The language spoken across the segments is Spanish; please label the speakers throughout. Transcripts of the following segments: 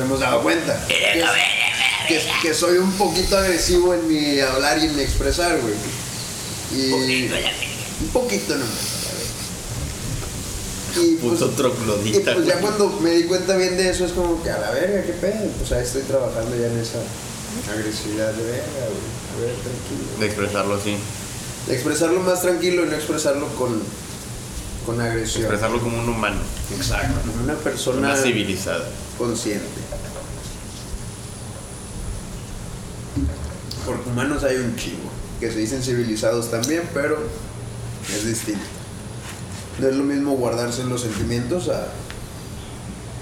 Speaker 1: hemos dado cuenta. Que, que- que soy un poquito agresivo en mi hablar y en mi expresar, güey. Y un poquito nomás. Y pues,
Speaker 2: Puto
Speaker 1: y
Speaker 3: eh,
Speaker 2: troglodita,
Speaker 1: pues ya
Speaker 2: güey.
Speaker 1: cuando me di cuenta bien de eso es como que a la verga, qué pedo. Pues ahí estoy trabajando ya en esa agresividad de verga, güey. A ver, tranquilo.
Speaker 2: De expresarlo así.
Speaker 1: De expresarlo más tranquilo y no expresarlo con, con agresión.
Speaker 2: Expresarlo como un humano.
Speaker 1: Exacto. Como Una persona
Speaker 2: Una civilizada.
Speaker 1: consciente. Porque humanos hay un chivo. Que se dicen civilizados también, pero es distinto. No es lo mismo guardarse los sentimientos a,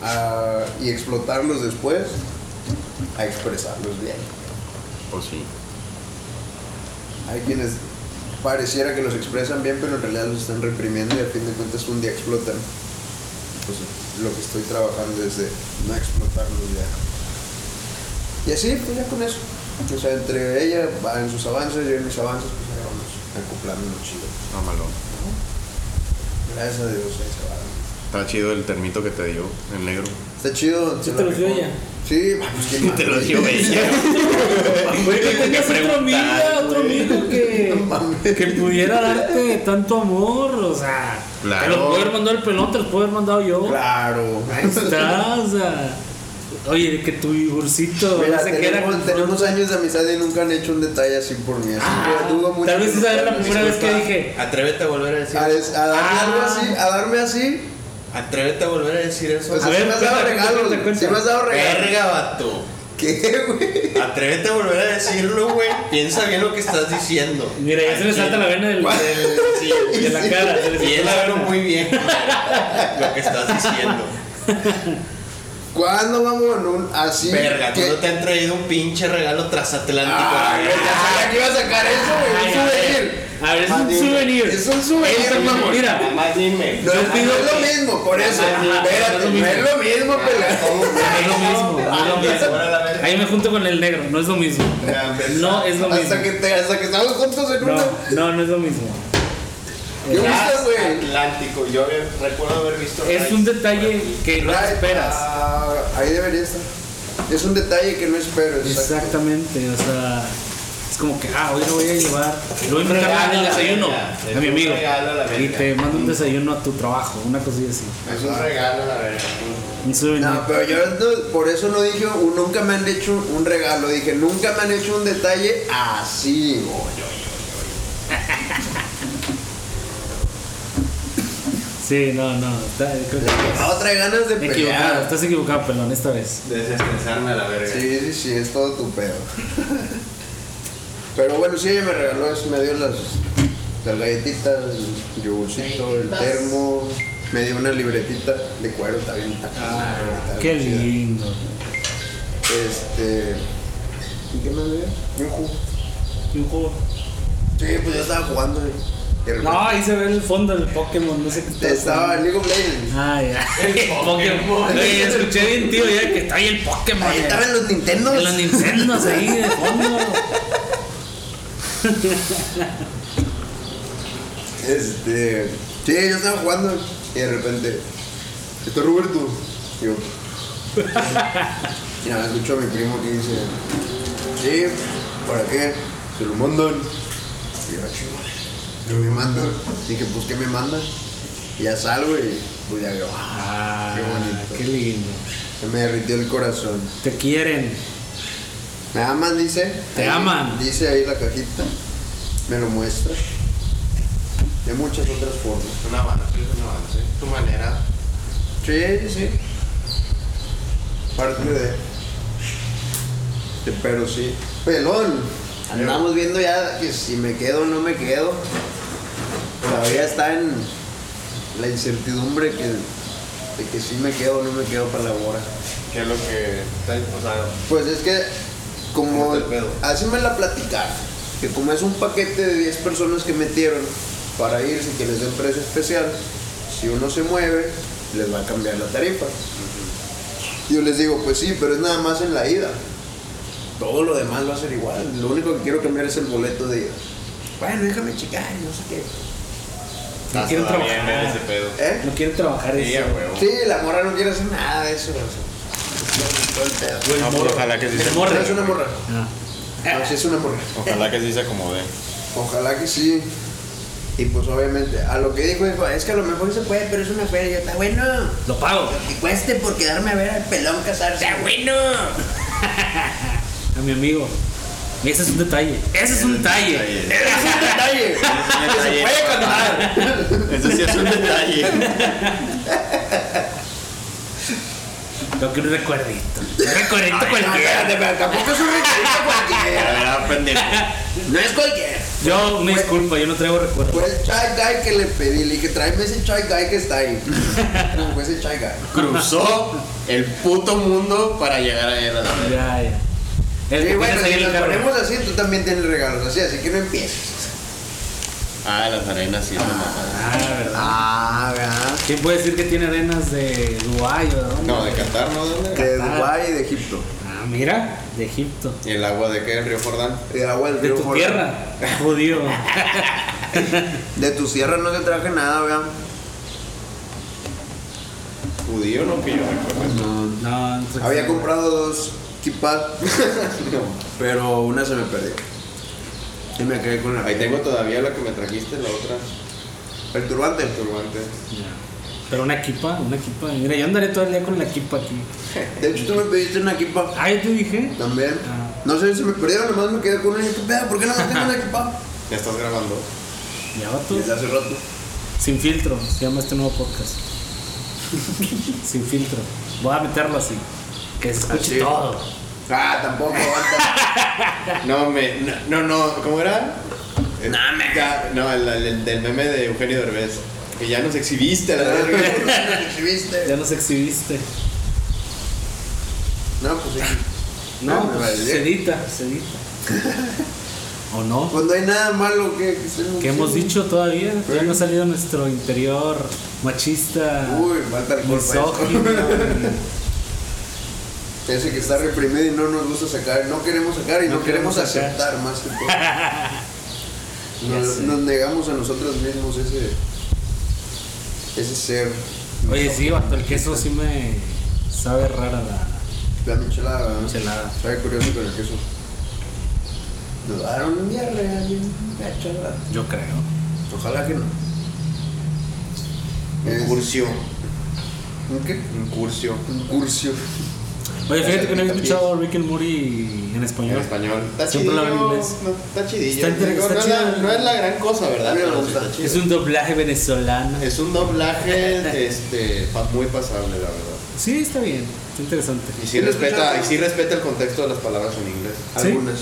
Speaker 1: a- y explotarlos después a expresarlos bien.
Speaker 2: O pues sí.
Speaker 1: Hay quienes pareciera que los expresan bien, pero en realidad los están reprimiendo y a fin de cuentas un día explotan. Pues lo que estoy trabajando es de no explotarlos ya. Y así, pues ya con eso. O sea, entre ella va en sus avances, yo en mis avances, pues ahí vamos acoplándonos chido.
Speaker 2: No malo.
Speaker 1: Gracias a Dios, ahí se va.
Speaker 2: Está chido el termito que te dio, el negro.
Speaker 1: Está chido.
Speaker 3: Sí
Speaker 1: se
Speaker 3: te
Speaker 1: la
Speaker 3: lo dio
Speaker 1: rifó.
Speaker 3: ella.
Speaker 1: Sí, pues que
Speaker 2: Te lo dio ella.
Speaker 3: Güey, que tenías otro amigo, otro amigo que, que pudiera darte tanto amor, o sea,
Speaker 2: Claro.
Speaker 3: te lo puedo haber mandado el pelón, te lo puedo haber mandado yo.
Speaker 1: Claro.
Speaker 3: Ahí está, o sea. Oye, que tu Igorcito
Speaker 1: Mira,
Speaker 3: no se queda
Speaker 1: tenemos,
Speaker 3: con-
Speaker 1: tenemos años de amistad y nunca han hecho un detalle así por mí. Así que dudo mucho.
Speaker 3: Ah, Tal vez
Speaker 1: que lo
Speaker 3: esa era la
Speaker 1: hagan.
Speaker 3: primera vez que
Speaker 4: Disculpa,
Speaker 3: dije.
Speaker 4: Atrévete a volver a decir
Speaker 1: A,
Speaker 4: eso.
Speaker 1: des- a darme
Speaker 3: Ah.
Speaker 1: algo así, a darme así.
Speaker 4: Atrévete a volver a decir eso. Ah,
Speaker 1: O sea,
Speaker 3: ver,
Speaker 1: sí me has
Speaker 3: cuenta,
Speaker 1: dado
Speaker 3: cuenta, cuenta,
Speaker 1: regalos.
Speaker 3: cuenta.
Speaker 1: Si me has dado regalos.
Speaker 4: Verga, vato.
Speaker 1: ¿Qué, güey?
Speaker 4: Atrévete a volver a decirlo, güey. Piensa bien lo que estás diciendo.
Speaker 3: Mira, ya se le salta la vena del, del-
Speaker 4: Sí,
Speaker 3: de la cara. se le salta la
Speaker 4: Piénsalo
Speaker 3: vena.
Speaker 4: muy bien güey, lo que estás diciendo.
Speaker 1: ¿Cuándo vamos en un así?
Speaker 4: Verga, tú
Speaker 1: ¿Qué?
Speaker 4: no te han traído un pinche regalo transatlántico.
Speaker 1: Ah,
Speaker 4: güey.
Speaker 1: güey, ya sabía que iba a sacar eso, güey.
Speaker 3: Ay,
Speaker 1: Un
Speaker 3: a ver.
Speaker 1: souvenir.
Speaker 3: A ver, es un
Speaker 1: Maldito.
Speaker 3: souvenir.
Speaker 1: Es un souvenir,
Speaker 3: Es un-
Speaker 1: mamón.
Speaker 3: Mira,
Speaker 4: Mamá, dime.
Speaker 1: No,
Speaker 3: Yo
Speaker 1: no
Speaker 3: pido
Speaker 1: es lo
Speaker 3: que-
Speaker 1: mismo, por eso.
Speaker 3: Ajá, ajá,
Speaker 1: Espérate, no es lo mismo, pelado.
Speaker 3: no es lo mismo, no
Speaker 1: Ah,
Speaker 3: es lo mismo. Ahí me junto con el negro, no es lo mismo. No es lo mismo.
Speaker 1: Hasta que, te, hasta que estamos juntos en
Speaker 3: No,
Speaker 1: una.
Speaker 3: no, no es lo mismo.
Speaker 1: ¿Qué buscas, güey?
Speaker 4: Atlántico, yo había- recuerdo haber visto.
Speaker 3: Es un detalle que no
Speaker 1: Ay,
Speaker 3: esperas.
Speaker 1: ah, ahí debería estar. Es un detalle que no espero. exacto.
Speaker 3: Exactamente, o sea, es como que, ah, hoy lo voy a llevar, lo voy a invitar
Speaker 4: regalo
Speaker 3: a
Speaker 4: a
Speaker 3: el
Speaker 4: la
Speaker 3: desayuno
Speaker 4: verga, es
Speaker 3: a mi
Speaker 4: un
Speaker 3: amigo.
Speaker 4: regalo a la verga.
Speaker 3: Y te mando un desayuno a tu trabajo, una cosilla así.
Speaker 4: Es un regalo, la verdad.
Speaker 3: Un souvenir.
Speaker 1: No, pero yo no- por eso no dije, un- nunca me han hecho un regalo, dije, nunca me han hecho un detalle así, güey.
Speaker 3: Sí, no, no, está, creo que estás
Speaker 1: No trae ganas de
Speaker 3: equivocado,
Speaker 1: pelear.
Speaker 3: estás equivocado, pelón, esta vez.
Speaker 4: Desestresarme a la verga.
Speaker 1: Sí, sí, sí, es todo tu pedo. pero bueno, sí, ella me regaló eso, me dio las, las galletitas, el yogurcito, el termo, me dio una libretita de cuero, está bien. está bien, está bien
Speaker 3: Qué
Speaker 1: chida.
Speaker 3: lindo.
Speaker 1: Este, ¿y qué más me dio? Un jugo.
Speaker 3: Y un juego.
Speaker 1: Sí, pues yo estaba jugando. güey. De repente-
Speaker 3: No, ahí se ve el fondo del Pokémon, no sé qué tal.
Speaker 1: Estaba en League of Legends.
Speaker 3: Ah, ya. Pokémon. Oye, escuché bien, tío, ya que está ahí el Pokémon.
Speaker 1: Ahí
Speaker 3: ya.
Speaker 1: estaban los Nintendo.
Speaker 3: En los Nintendo ahí de fondo.
Speaker 1: Este. Sí, yo estaba jugando y de repente. Esto es Roberto. Y yo. Y nada, escucho a mi primo que dice. Sí, ¿para qué? Se lo mandan. Y yo, "Ah, "Chinga, ¿qué me mandan? Dije, pues ¿qué me mandan? Y ya salgo y pues ya veo. "Ah",
Speaker 3: Ah,
Speaker 1: Qué bonito.
Speaker 3: qué lindo.
Speaker 1: Se me derritió el corazón.
Speaker 3: Te quieren.
Speaker 1: Me aman, dice.
Speaker 3: Te
Speaker 1: Ahí-
Speaker 3: aman.
Speaker 1: Dice ahí la cajita. Me lo muestra. De muchas otras formas.
Speaker 4: Un avance, es un avance. Tu manera.
Speaker 1: Sí, sí, sí. Parte de. de- pero sí. Pelón. Andamos viendo ya que si me quedo o no me quedo. Todavía está en la incertidumbre que, de que si me quedo o no me quedo para la hora.
Speaker 4: ¿Qué es lo que. O sea,
Speaker 1: Pues es que, como.
Speaker 4: ¿Cómo está el pedo?
Speaker 1: Hacémela platicar. Que como es un paquete de 10 personas que metieron para irse y que les den precio especial, si uno se mueve, les va a cambiar la tarifa. Yo les digo, pues sí, pero es nada más en la ida. Todo lo demás va a ser igual. Lo único que quiero cambiar es el boleto de ida. Bueno, déjame checar, no sé qué.
Speaker 3: No quieren
Speaker 4: bien ver
Speaker 3: trabajar.
Speaker 4: ese pedo.
Speaker 1: ¿Eh?
Speaker 3: No quieren trabajar
Speaker 4: Sí, a
Speaker 3: eso.
Speaker 4: huevo.
Speaker 1: Sí, la morra no quiere hacer nada de eso. o sea. todo el pedo.
Speaker 2: No, pues ojalá que sí
Speaker 3: El
Speaker 2: se
Speaker 3: morro.
Speaker 1: No es una morra.
Speaker 3: Ah.
Speaker 1: No, sí es una morra.
Speaker 2: Ojalá que sí se acomode.
Speaker 1: Ojalá que sí. Y pues obviamente, a lo que dijo, dijo, es que a lo mejor se puede, pero es una feria. Y yo, Está bueno.
Speaker 3: Lo pago.
Speaker 1: Y cueste por quedarme a ver al pelón casarse. Está bueno.
Speaker 3: A mi amigo. Ese es un detalle. Ese es un detalle.
Speaker 1: Ese es un detalle.
Speaker 2: detalle. Eso sí es un detalle.
Speaker 3: Lo que un recuerdito. Un recuerdito
Speaker 1: Ay, no,
Speaker 3: cualquiera.
Speaker 1: espérate, pero tampoco es un recuerdo
Speaker 2: A
Speaker 1: cualquiera.
Speaker 2: ver, ah, pendejo.
Speaker 1: No es cualquiera.
Speaker 3: Yo, una disculpa, yo no traigo recuerdos.
Speaker 1: Fue el chai guy que le pedí. Le dije, tráeme ese chai guy que está ahí. No, fue ese chai guy.
Speaker 2: Cruzó el puto mundo para llegar a él. a la verga.
Speaker 3: Ya, ya. El
Speaker 1: Y
Speaker 3: que
Speaker 1: bueno,
Speaker 3: tienes ahí
Speaker 1: si
Speaker 3: en
Speaker 1: nos
Speaker 3: el carro.
Speaker 1: ponemos así, tú también tienes regalos así, así que no empieces.
Speaker 2: Ah, las arenas sí. no,
Speaker 3: Ah, verdad.
Speaker 1: Ah, ¿verdad?
Speaker 3: ¿Quién puede decir que tiene arenas de Dubái o de dónde?
Speaker 2: No, de Qatar, ¿no? ¿Dónde?
Speaker 1: De Dubái y de Egipto.
Speaker 3: Ah, mira, de Egipto.
Speaker 2: ¿Y el agua de qué? ¿El río Jordán?
Speaker 1: Y de agua del
Speaker 3: De
Speaker 1: río
Speaker 3: tu
Speaker 1: Jordán.
Speaker 3: tierra, judío.
Speaker 1: De tu tierra no te traje nada, ¿verdad?
Speaker 2: ¿Judío no? Que yo recuerdo.
Speaker 1: No.
Speaker 3: No, no sé qué
Speaker 1: Pues, Había
Speaker 3: sea.
Speaker 1: comprado dos kipas, pero una se me perdió. Y me quedé con la...
Speaker 2: Ahí tengo todavía la que me trajiste, la otra.
Speaker 1: El turbante.
Speaker 2: El turbante.
Speaker 3: Ya. Pero una equipa, una equipa. Mira, yo andaré todo el día con la equipa aquí.
Speaker 1: De hecho, tú me pediste una kipa
Speaker 3: Ah, yo te dije.
Speaker 1: también.
Speaker 3: Ah.
Speaker 1: No sé si me perdieron, nomás me quedé con una. y dije, "Pero, ¿Por qué no me tengo una kipa?
Speaker 2: ¿Ya estás grabando?
Speaker 3: Ya va tú.
Speaker 1: Desde hace rato.
Speaker 3: Sin filtro, se llama este nuevo podcast. Sin filtro. Voy a meterlo así. Que se escuche
Speaker 1: Así.
Speaker 3: todo.
Speaker 1: Ah, tampoco, aguanta.
Speaker 2: No, me, no, no, no, ¿cómo era? No, no el, el del meme de Eugenio Derbez. Que ya nos exhibiste a
Speaker 1: Ah.
Speaker 2: la verga.
Speaker 1: ¿Viste?
Speaker 3: Ya nos exhibiste.
Speaker 1: No, pues sí. Ah,
Speaker 3: No,
Speaker 1: me
Speaker 3: pues,
Speaker 1: vale.
Speaker 3: se edita, se edita. ¿O no?
Speaker 1: Pues no hay nada malo que, que estemos
Speaker 3: ¿Qué hemos
Speaker 1: diciendo.
Speaker 3: dicho todavía? Ya no ha salido nuestro interior machista,
Speaker 1: Uy, falta el
Speaker 3: misógino.
Speaker 1: golpe. Ese que está reprimido y no nos gusta sacar, no queremos sacar y no,
Speaker 3: No
Speaker 1: queremos,
Speaker 3: queremos sacar.
Speaker 1: aceptar más que todo. nos,
Speaker 3: sé.
Speaker 1: nos negamos a nosotros mismos ese ese ser.
Speaker 3: Oye, sí, vato, el queso sí me sabe rara la
Speaker 1: La michelada. ¿verdad?
Speaker 3: michelada.
Speaker 1: Sabe curioso con el queso. Nos daron un diarrea bien gacha, ¿verdad?
Speaker 3: Yo creo.
Speaker 1: Ojalá que no.
Speaker 2: Un
Speaker 1: Es-
Speaker 2: curcio.
Speaker 1: ¿Un qué?
Speaker 2: Un curcio.
Speaker 1: Un curcio.
Speaker 3: Oye,
Speaker 2: Ya
Speaker 3: fíjate
Speaker 2: se
Speaker 3: que no había
Speaker 2: pica
Speaker 3: escuchado Rick and Morty en
Speaker 2: En
Speaker 3: español.
Speaker 2: español. Está
Speaker 3: Siempre lo
Speaker 2: chidillo.
Speaker 3: hablo en inglés.
Speaker 2: no, está chidillo.
Speaker 3: Está inter-
Speaker 2: Digo,
Speaker 3: está
Speaker 2: no, es la,
Speaker 3: chido.
Speaker 2: no es la gran cosa, ¿verdad?
Speaker 1: A mí me
Speaker 2: Pero sí
Speaker 1: gusta.
Speaker 2: está chido.
Speaker 3: Es un doblaje venezolano.
Speaker 2: Es un doblaje este, pa- muy pasable, la verdad.
Speaker 3: Sí, está bien, está interesante.
Speaker 2: Y
Speaker 1: ¿Sí
Speaker 2: sí,
Speaker 1: lo
Speaker 2: respeta,
Speaker 1: escuchaste?
Speaker 2: y sí respeta el contexto de las palabras en inglés.
Speaker 3: ¿Sí?
Speaker 1: Algunas.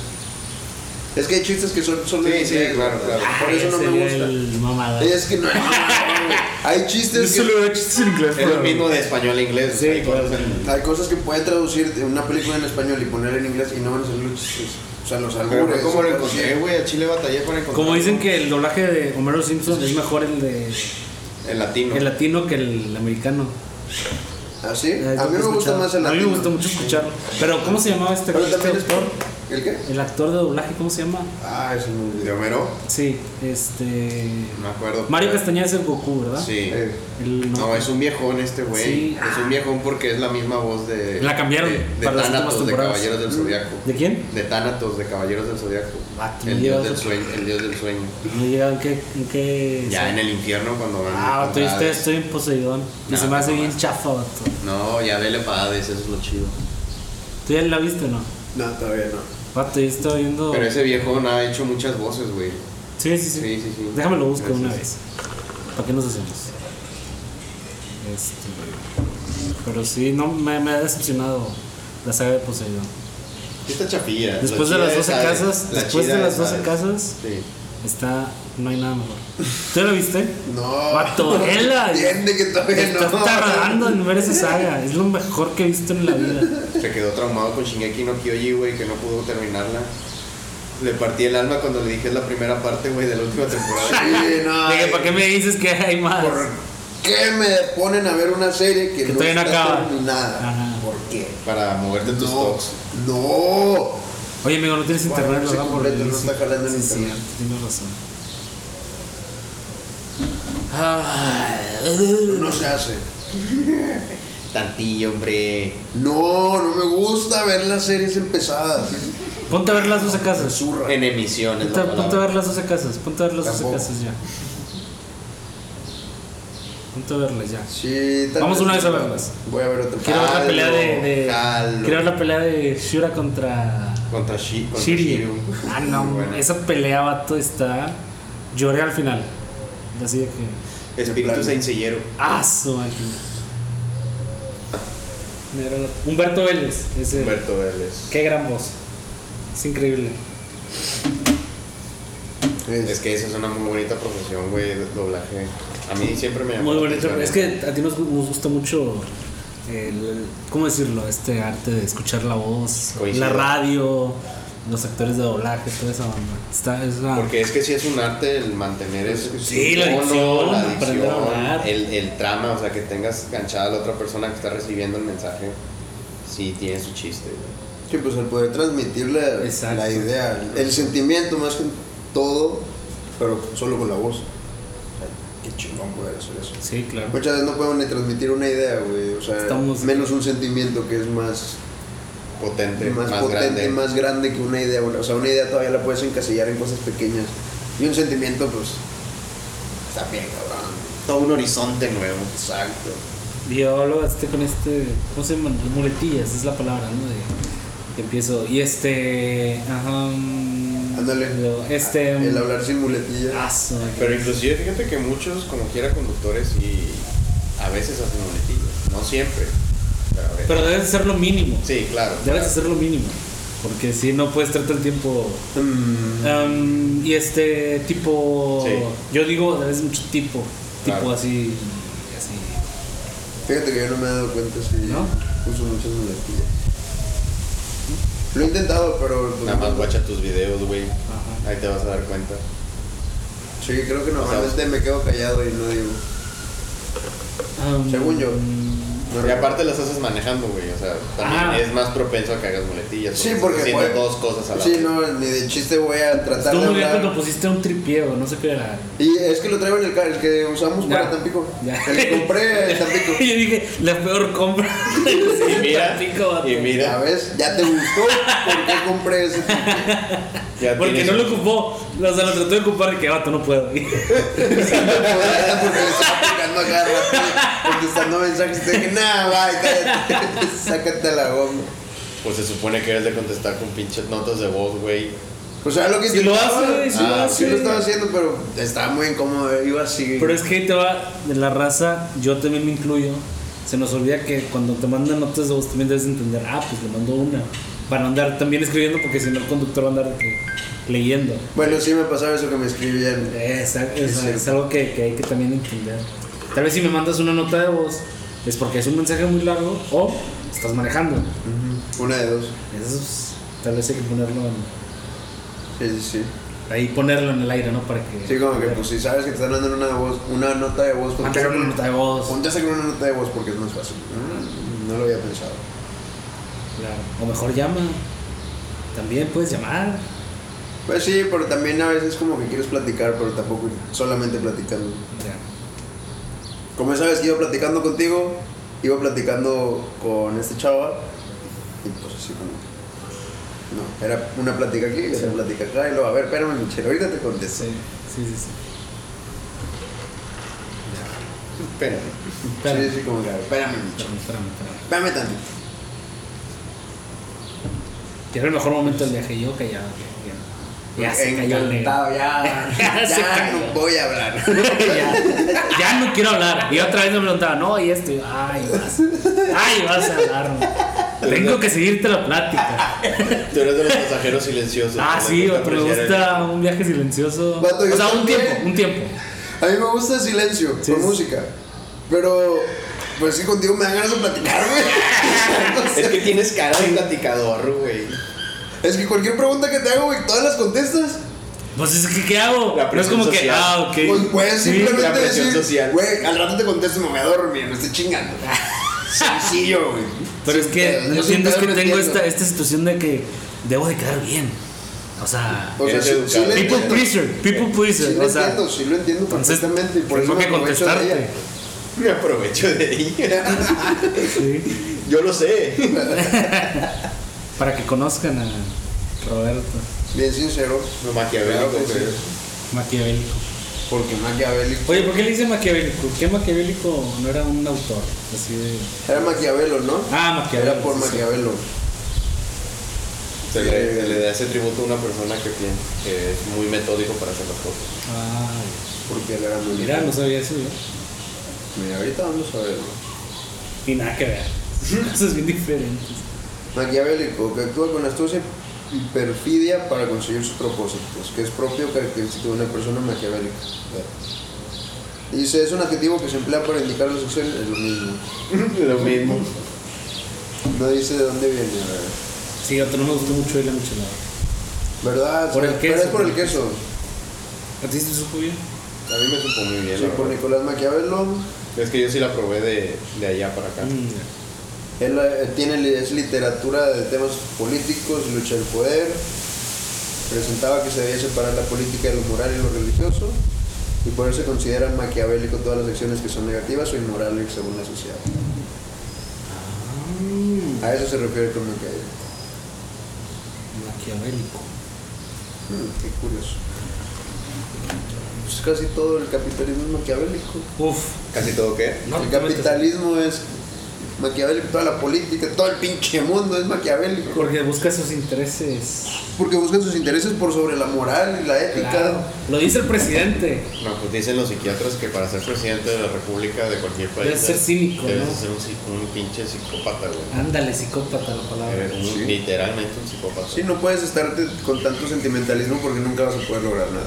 Speaker 1: Es que hay chistes que son solo
Speaker 2: Sí,
Speaker 1: en
Speaker 2: sí,
Speaker 1: inglés,
Speaker 2: claro,
Speaker 1: ¿verdad?
Speaker 2: claro.
Speaker 1: Por eso no me
Speaker 3: Sería
Speaker 1: gusta.
Speaker 3: El mamada.
Speaker 1: Es que no es mamada, güey. Hay chistes que.
Speaker 3: veo chistes en inglés.
Speaker 2: Es lo mismo de español a inglés.
Speaker 3: Sí,
Speaker 2: hay cosas
Speaker 3: claro.
Speaker 2: en-
Speaker 1: Hay cosas que puede traducir de una película en español y poner en inglés y no van a salir los chistes. O sea, los
Speaker 2: Pero
Speaker 1: albures.
Speaker 2: fue como lo
Speaker 1: cosas
Speaker 2: encontré, güey. A Chile batallé para encontrar.
Speaker 3: Como dicen que el doblaje de Homero Simpson es mejor el de
Speaker 2: El latino.
Speaker 3: el latino que el americano.
Speaker 1: ¿Así?
Speaker 3: Eh,
Speaker 1: ¿Ah, a
Speaker 3: yo
Speaker 1: mí
Speaker 3: que
Speaker 1: me gusta
Speaker 3: escuchaba.
Speaker 1: más el
Speaker 3: A mí me
Speaker 1: latino.
Speaker 3: gusta mucho escucharlo. Pero ¿cómo se llamaba este,
Speaker 1: Pero
Speaker 3: este
Speaker 1: también es
Speaker 3: actor?
Speaker 1: ¿El qué?
Speaker 3: El actor de doblaje, ¿cómo se llama?
Speaker 1: Ah, eso no
Speaker 2: De Homero,
Speaker 3: Sí, este
Speaker 2: no me acuerdo.
Speaker 3: Mario Castañeda es el Goku, ¿verdad?
Speaker 2: Sí.
Speaker 1: Eh,
Speaker 3: El- no.
Speaker 2: No, es un viejón este güey.
Speaker 3: Sí.
Speaker 2: Es un viejón porque es la misma voz de.
Speaker 3: La cambiaron
Speaker 2: De, de
Speaker 3: para las
Speaker 2: Thanatos
Speaker 3: últimas
Speaker 2: de
Speaker 3: temporadas. Mm.
Speaker 2: Caballeros del Zodiaco.
Speaker 3: ¿De quién?
Speaker 2: De Thanatos de Caballeros del Zodiaco.
Speaker 3: Vato,
Speaker 2: El
Speaker 3: ya
Speaker 2: dios
Speaker 3: vas a-
Speaker 2: del sueño. El dios del sueño.
Speaker 3: No llega en qué, en qué-
Speaker 2: Ya en el infierno cuando van.
Speaker 3: Ah,
Speaker 2: con
Speaker 3: vato, yo estoy,
Speaker 2: Hades.
Speaker 3: estoy en Poseidón. Y
Speaker 2: No,
Speaker 3: se me hace
Speaker 2: no,
Speaker 3: bien
Speaker 2: no.
Speaker 3: chafa, vato.
Speaker 2: No, ya vele para Hades, eso es lo chido.
Speaker 3: ¿Tú ya la viste o no?
Speaker 1: No, todavía no.
Speaker 3: Vato, yo estaba viendo.
Speaker 2: Pero ese viejón ha hecho muchas voces, güey.
Speaker 3: Sí, sí, sí.
Speaker 2: Sí, sí, sí.
Speaker 3: Déjame lo busco una vez.
Speaker 2: Gracias.
Speaker 3: ¿Para qué nos hacemos? Este, pero sí, no, me, me ha decepcionado la saga de Poseidón.
Speaker 2: Sí Está chapilla.
Speaker 3: Después de
Speaker 2: chida
Speaker 3: las
Speaker 2: es
Speaker 3: 12
Speaker 2: Hades,
Speaker 3: casas,
Speaker 2: la
Speaker 3: después
Speaker 2: chida
Speaker 3: de las
Speaker 2: es
Speaker 3: 12
Speaker 2: Hades.
Speaker 3: casas,
Speaker 2: Sí.
Speaker 3: está. No hay nada mejor. ¿Tú ya la viste?
Speaker 1: No.
Speaker 3: Vato, vela.
Speaker 1: Entiende que
Speaker 3: Te
Speaker 1: todavía no.
Speaker 3: estás tardando en ver esa saga. Es lo mejor que he visto en la vida.
Speaker 2: Se quedó traumado con Shingeki no Kyoji, güey, que no pudo terminarla. Le partí el alma cuando le dije es la primera parte, güey, de la última temporada.
Speaker 1: Sí, no.
Speaker 3: Dije,
Speaker 1: eh,
Speaker 3: ¿para qué me dices que hay más?
Speaker 1: ¿Por qué me ponen a ver una serie que, no
Speaker 3: todavía no
Speaker 1: está
Speaker 3: acaba?
Speaker 1: terminada?
Speaker 3: Ajá.
Speaker 1: ¿Por qué?
Speaker 2: Para moverte tus
Speaker 1: No,
Speaker 2: tops.
Speaker 1: no.
Speaker 3: Oye, amigo, no tienes
Speaker 1: Bueno,
Speaker 3: internet,
Speaker 1: no sé
Speaker 3: ¿verdad?
Speaker 1: completo,
Speaker 3: Por ahí,
Speaker 1: no
Speaker 3: sí.
Speaker 1: está jalando el
Speaker 3: Sí, sí,
Speaker 1: internet.
Speaker 3: Tienes razón.
Speaker 1: No se hace.
Speaker 4: Tantillo, hombre.
Speaker 1: No, no me gusta ver las series empezadas.
Speaker 3: Ponte a ver las 12 casas.
Speaker 1: Zurra.
Speaker 4: En emisiones.
Speaker 3: Ponte, ponte a ver las 12 casas. Ponte a ver las 12
Speaker 1: Tampoco.
Speaker 3: casas ya. Ponte a verlas ya.
Speaker 1: Sí, tal
Speaker 3: Vamos
Speaker 1: vez.
Speaker 3: una vez a verlas.
Speaker 1: Voy a ver otra.
Speaker 3: Quiero ver la pelea de. de-
Speaker 2: jalo.
Speaker 3: quiero ver la pelea de Shura contra.
Speaker 2: Contra Shi. contra
Speaker 3: Shiryu.
Speaker 2: Shiryu.
Speaker 3: Ah, no,
Speaker 2: Muy buena.
Speaker 3: esa pelea, vato, está. Lloré al final. Así de que.
Speaker 2: Espíritu
Speaker 1: Plan.
Speaker 2: sencillero.
Speaker 3: ¡Ah, su máquina! Me era la- Humberto Vélez. Ese.
Speaker 2: Humberto Vélez.
Speaker 3: Qué gran voz. Es increíble.
Speaker 1: Ah,
Speaker 2: Es que esa es una muy bonita profesión, güey, el doblaje. A mí siempre me llamó
Speaker 3: Muy
Speaker 2: la
Speaker 3: bonito.
Speaker 2: atención
Speaker 3: Es
Speaker 2: eso.
Speaker 3: que a ti nos, nos gusta mucho. El, ¿Cómo decirlo? Este arte de escuchar la voz,
Speaker 2: Coincido.
Speaker 3: la radio, los actores de doblaje, toda esa banda. Está, es una-
Speaker 2: Ah. Porque es que sí es un arte el mantener ese
Speaker 3: Sí, la
Speaker 2: tono,
Speaker 3: dicción,
Speaker 2: la
Speaker 3: aprender a
Speaker 2: dicción,
Speaker 3: hablar.
Speaker 2: el, el trama, o sea, que tengas ganchada a la otra persona que está recibiendo el mensaje. Sí, tiene su chiste, güey.
Speaker 1: Sí, pues al poder transmitir la,
Speaker 3: Exacto.
Speaker 1: la idea, el sentimiento más que todo, pero solo con la voz. O sea, Qué chingón poder hacer eso.
Speaker 3: Sí, claro.
Speaker 1: Muchas veces no podemos ni transmitir una idea, güey. O sea,
Speaker 3: Estamos-
Speaker 1: menos un sentimiento que es más,
Speaker 2: Potente,
Speaker 1: más,
Speaker 2: más,
Speaker 1: potente,
Speaker 2: grande.
Speaker 1: más grande que una idea. O sea, una idea todavía la puedes encasillar en cosas pequeñas. Y un sentimiento, pues, está bien, cabrón.
Speaker 4: Todo un horizonte nuevo.
Speaker 1: Exacto.
Speaker 3: Y yo lo gasté con este, ¿cómo se llama? Muletillas, es la palabra, ¿no? De- que empiezo. Y este. Ajá. mm,
Speaker 1: Ándale. Ah,
Speaker 3: lo- Este.
Speaker 1: El hablar sin muletilla.
Speaker 3: ah, su-
Speaker 2: Pero inclusive fíjate que muchos, como quiera, conductores y a veces hacen boletillos. No siempre, pero a veces.
Speaker 3: Pero debes hacer lo mínimo.
Speaker 2: sí, claro.
Speaker 3: Debes
Speaker 2: claro.
Speaker 3: hacer lo mínimo. Porque si no puedes tratar el tiempo.
Speaker 1: Mm.
Speaker 3: Am, y este tipo.
Speaker 2: Sí.
Speaker 3: Yo digo, es mucho tipo. Tipo
Speaker 2: Claro.
Speaker 3: así. Así.
Speaker 1: Fíjate que yo no me he dado cuenta si
Speaker 3: ¿No?
Speaker 1: uso muchas muletillas. Lo he intentado, pero. pues,
Speaker 2: Nada más
Speaker 1: no.
Speaker 2: guacha tus videos, güey.
Speaker 3: Ajá.
Speaker 2: Ahí te vas a dar cuenta.
Speaker 1: Sí, creo que normalmente me quedo callado y no digo.
Speaker 3: Am,
Speaker 1: Según yo. No
Speaker 2: Y aparte las haces manejando, güey. O sea, también
Speaker 3: Ah.
Speaker 2: es más propenso a que hagas muletillas.
Speaker 1: Sí,
Speaker 2: estás
Speaker 1: porque,
Speaker 2: pues, Haciendo
Speaker 1: güey,
Speaker 2: dos cosas a la
Speaker 1: Sí,
Speaker 2: vez.
Speaker 1: no, ni de chiste voy a tratar
Speaker 3: Estuvo
Speaker 1: de
Speaker 3: muy bien cuando
Speaker 1: hablar.
Speaker 3: pusiste un tripiego, no sé qué era.
Speaker 1: Y es que lo traigo en el, ca- el que usamos
Speaker 3: Ya.
Speaker 1: para Tampico.
Speaker 3: Ya.
Speaker 1: El que compré en
Speaker 3: Yo
Speaker 1: Tampico.
Speaker 3: dije, la peor compra. Sí,
Speaker 2: Y mira,
Speaker 3: Tampico, vato.
Speaker 2: y
Speaker 1: Ya
Speaker 2: mira.
Speaker 1: ves, ya te gustó. ¿Por qué compré ese?
Speaker 2: ya
Speaker 3: Porque
Speaker 2: tienes-
Speaker 3: no lo ocupó. O sea, lo trató de ocupar y que vato, no puedo.
Speaker 1: Podría, porque le estaba picando a cada rato, contestando mensajes. Te dije, nah, bye, cállate. Sácate la goma.
Speaker 2: Pues se supone que debes de contestar con pinches notas de voz, güey.
Speaker 1: O sea, lo que
Speaker 3: Sí lo
Speaker 1: intentaba-
Speaker 3: hace, sí lo
Speaker 1: Ah,
Speaker 3: hace.
Speaker 1: Sí lo estaba haciendo, pero estaba muy incómodo. Iba así.
Speaker 3: Pero es que ahí te va de la raza, yo también me incluyo. Se nos olvida que cuando te mandan notas de voz también debes entender, ah, pues le mando una. Para no andar también escribiendo porque si no el conductor va a andar que- leyendo.
Speaker 1: Bueno, sí me pasaba eso que me escribían.
Speaker 3: Es, es-
Speaker 1: Sí.
Speaker 3: es algo que, que hay que también entender. Tal vez si me mandas una nota de voz es porque es un mensaje muy largo o estás manejando.
Speaker 1: Una de dos.
Speaker 3: Eso es- tal vez hay que ponerlo en...
Speaker 1: Sí, sí, sí.
Speaker 3: Ahí ponerlo en el aire, ¿no? Para que.
Speaker 1: Sí, como que pues si sabes que te están dando una, voz, una nota de voz,
Speaker 3: Antes era Ah, una nota de voz.
Speaker 1: Ponte con una nota de voz porque es más fácil. Mm, No, lo había pensado.
Speaker 3: Claro. O mejor llama. También puedes llamar.
Speaker 1: Pues sí, pero también a veces como que quieres platicar, pero tampoco solamente platicando.
Speaker 3: Ya.
Speaker 1: Como sabes que iba platicando contigo, iba platicando con este chava, y pues así como. que- No, era una plática aquí, y otra
Speaker 3: Sí.
Speaker 1: plática acá, y luego, a ver, espérame, Michelle, ahorita te contesto.
Speaker 3: Sí, sí, sí. sí.
Speaker 2: Espera.
Speaker 3: Espérame,
Speaker 1: Sí, sí, como que, a ver, espérame, Michelle,
Speaker 3: espérame, espérame, espérame.
Speaker 1: espérame tantito.
Speaker 3: Que era el mejor momento del viaje. Yo callado. bien. Ya se cayó el negro.
Speaker 1: Encantado, ya, ya,
Speaker 3: Se cayó.
Speaker 1: no voy a hablar.
Speaker 3: ya, ya no quiero hablar. Y otra vez me preguntaba, no, y esto. y yo, Ay, vas. Ay, vas a hablarme. Tengo que seguirte la plática.
Speaker 2: Tú eres de los pasajeros silenciosos.
Speaker 3: Ah,
Speaker 2: que
Speaker 3: sí,
Speaker 2: les
Speaker 3: o te
Speaker 2: apreciar el-
Speaker 3: gusta un viaje silencioso.
Speaker 1: Vato, yo
Speaker 3: O sea, un
Speaker 1: también.
Speaker 3: tiempo, un tiempo.
Speaker 1: A mí me gusta el silencio
Speaker 3: Sí,
Speaker 1: con
Speaker 3: sí.
Speaker 1: música. Pero, pues sí, contigo me dan ganas de platicar, güey. No sé.
Speaker 2: Es que tienes cara de platicador, güey.
Speaker 1: Es que cualquier pregunta que te hago, güey, todas las contestas.
Speaker 3: Pues es que, ¿qué hago?
Speaker 2: La
Speaker 3: No es como
Speaker 2: presión
Speaker 3: que,
Speaker 2: social.
Speaker 3: ah, ok.
Speaker 1: Pues puedes
Speaker 3: Sí,
Speaker 1: simplemente
Speaker 2: la presión
Speaker 1: decir,
Speaker 2: social.
Speaker 1: güey, al rato te contesto y me voy a dormir, me estoy chingando. Sencillo, güey.
Speaker 3: Pero es que
Speaker 1: Sin pedo,
Speaker 3: no
Speaker 1: yo sin
Speaker 3: entiendes que
Speaker 1: pedo lo
Speaker 3: tengo
Speaker 1: entiendo.
Speaker 3: esta, esta situación de que debo de quedar bien. O sea,
Speaker 1: O sea,
Speaker 2: Eres
Speaker 1: sí, sí
Speaker 2: educado.
Speaker 1: lo
Speaker 3: people
Speaker 1: entiendo.
Speaker 3: pleaser, people
Speaker 1: Sí
Speaker 3: pleaser.
Speaker 1: lo
Speaker 3: O sea,
Speaker 1: entiendo, sí lo entiendo
Speaker 3: entonces
Speaker 1: perfectamente. Y por eso
Speaker 3: tengo
Speaker 1: me
Speaker 3: que
Speaker 1: aprovecho de
Speaker 3: contestarte.
Speaker 1: ella.
Speaker 2: Me aprovecho de ella.
Speaker 3: Sí.
Speaker 2: Yo lo sé.
Speaker 3: Para que conozcan a Roberto
Speaker 1: Bien sincero.
Speaker 2: Maquiavélico,
Speaker 1: Claro que
Speaker 2: pero-
Speaker 1: sí.
Speaker 3: Maquiavélico.
Speaker 1: Porque maquiavélico.
Speaker 3: Oye, ¿por qué le dice maquiavélico? ¿Qué maquiavélico no era un autor? Así de.
Speaker 1: Era Maquiavelo, ¿no?
Speaker 3: Ah, Maquiavelo,
Speaker 1: Era por
Speaker 3: sí, sí.
Speaker 1: Maquiavelo.
Speaker 2: Se le, se le da ese tributo a una persona que, tiene- que es muy metódico para hacer las cosas.
Speaker 3: Ah,
Speaker 1: Porque él era muy.
Speaker 3: mira, no sabía eso yo.
Speaker 1: Mira, ahorita vamos a verlo.
Speaker 3: Y nada que ver. Cosas bien diferentes.
Speaker 1: Maquiavélico, que actúa con astucia y perfidia para conseguir sus propósitos, que es propio característico de una persona maquiavélica. Dice, es un adjetivo que se emplea para indicar las acciones, es lo mismo.
Speaker 2: Lo mismo.
Speaker 1: No dice de dónde viene, a
Speaker 3: Sí, otro no me gustó mucho de la michelada.
Speaker 1: ver. ¿verdad?
Speaker 3: Por el
Speaker 1: Pero es
Speaker 3: queso,
Speaker 1: por el
Speaker 3: ¿no?
Speaker 1: queso.
Speaker 3: ¿A ti se te supo bien?
Speaker 2: A mí me supo muy bien.
Speaker 1: Sí,
Speaker 2: la
Speaker 1: por
Speaker 2: verdad.
Speaker 1: Nicolás Maquiavelo.
Speaker 2: Es que yo sí la probé de, de allá para
Speaker 1: Ah.
Speaker 2: acá.
Speaker 3: Mm.
Speaker 1: Él eh, tiene, li- es literatura de temas políticos, lucha del poder. Presentaba que se debía separar la política de lo moral y lo religioso. Y por eso considera maquiavélico todas las acciones que son negativas o inmorales según la sociedad.
Speaker 3: Mm. Ah,
Speaker 1: A eso se refiere con maquiavélico.
Speaker 3: Maquiavélico.
Speaker 1: Mm, qué curioso. Pues casi todo el capitalismo es maquiavélico.
Speaker 3: Uf.
Speaker 2: ¿Casi todo qué?
Speaker 3: No,
Speaker 1: el
Speaker 3: te metas.
Speaker 1: capitalismo es maquiavélico, toda la política, todo el pinche mundo es maquiavélico.
Speaker 3: Porque busca sus intereses.
Speaker 1: Porque buscan sus intereses por sobre la moral y la ética.
Speaker 3: Claro. Lo dice el presidente.
Speaker 2: No, pues dicen los psiquiatras que para ser presidente de la república de cualquier país...
Speaker 3: Debes ser cínico,
Speaker 2: Debes
Speaker 3: ¿no?
Speaker 2: ser un, psi- un pinche psicópata, güey.
Speaker 3: Ándale, psicópata la palabra.
Speaker 2: Eres un-
Speaker 1: Sí.
Speaker 2: Literalmente un psicópata.
Speaker 1: Sí, no puedes estarte con tanto sentimentalismo porque nunca vas a poder lograr nada.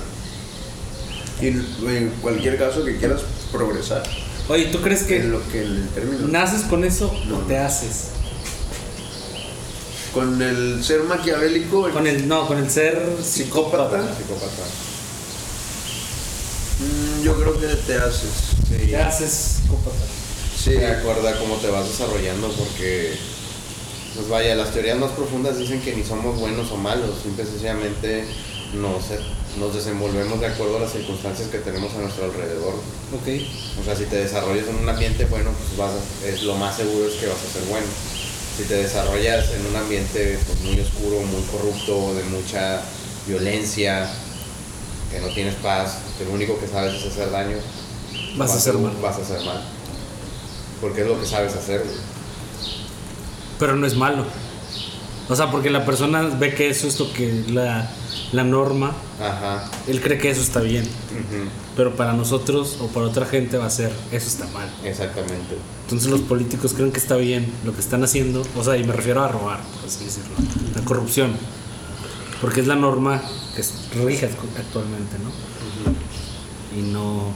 Speaker 1: Y en cualquier caso que quieras progresar,
Speaker 3: Oye, ¿tú crees
Speaker 1: en
Speaker 3: que
Speaker 1: lo que el término.
Speaker 3: naces con eso
Speaker 1: No.
Speaker 3: o te haces?
Speaker 1: Con el ser maquiavélico,
Speaker 3: Con el, no, con el ser
Speaker 1: ¿Psicópata?
Speaker 3: psicópata.
Speaker 2: Psicópata.
Speaker 1: mm, yo creo que te haces.
Speaker 2: Sí.
Speaker 3: Te haces psicópata.
Speaker 1: Sí,
Speaker 2: Te acuerda cómo te vas desarrollando porque, pues vaya, las teorías más profundas dicen que ni somos buenos o malos, simple y sencillamente nos, nos desenvolvemos de acuerdo a las circunstancias que tenemos a nuestro alrededor.
Speaker 3: Ok.
Speaker 2: O sea, si te desarrollas en un ambiente bueno, pues vas a- es lo más seguro es que vas a ser bueno. Si te desarrollas en un ambiente pues, muy oscuro, muy corrupto, de mucha violencia, que no tienes paz, que lo único que sabes es hacer daño,
Speaker 3: Vas a ser mal.
Speaker 2: Vas a hacer mal. Porque es lo que sabes hacer, güey.
Speaker 3: Pero no es malo. O sea, porque la persona ve que eso es lo que la, la norma,
Speaker 2: Ajá.
Speaker 3: él cree que eso está bien.
Speaker 2: ujú,
Speaker 3: Pero para nosotros o para otra gente va a ser, eso está mal.
Speaker 2: Exactamente.
Speaker 3: Entonces los políticos creen que está bien lo que están haciendo. O sea, y me refiero a robar, por así decirlo. La corrupción. Porque es la norma que es- rige act- actualmente, ¿no? Y no...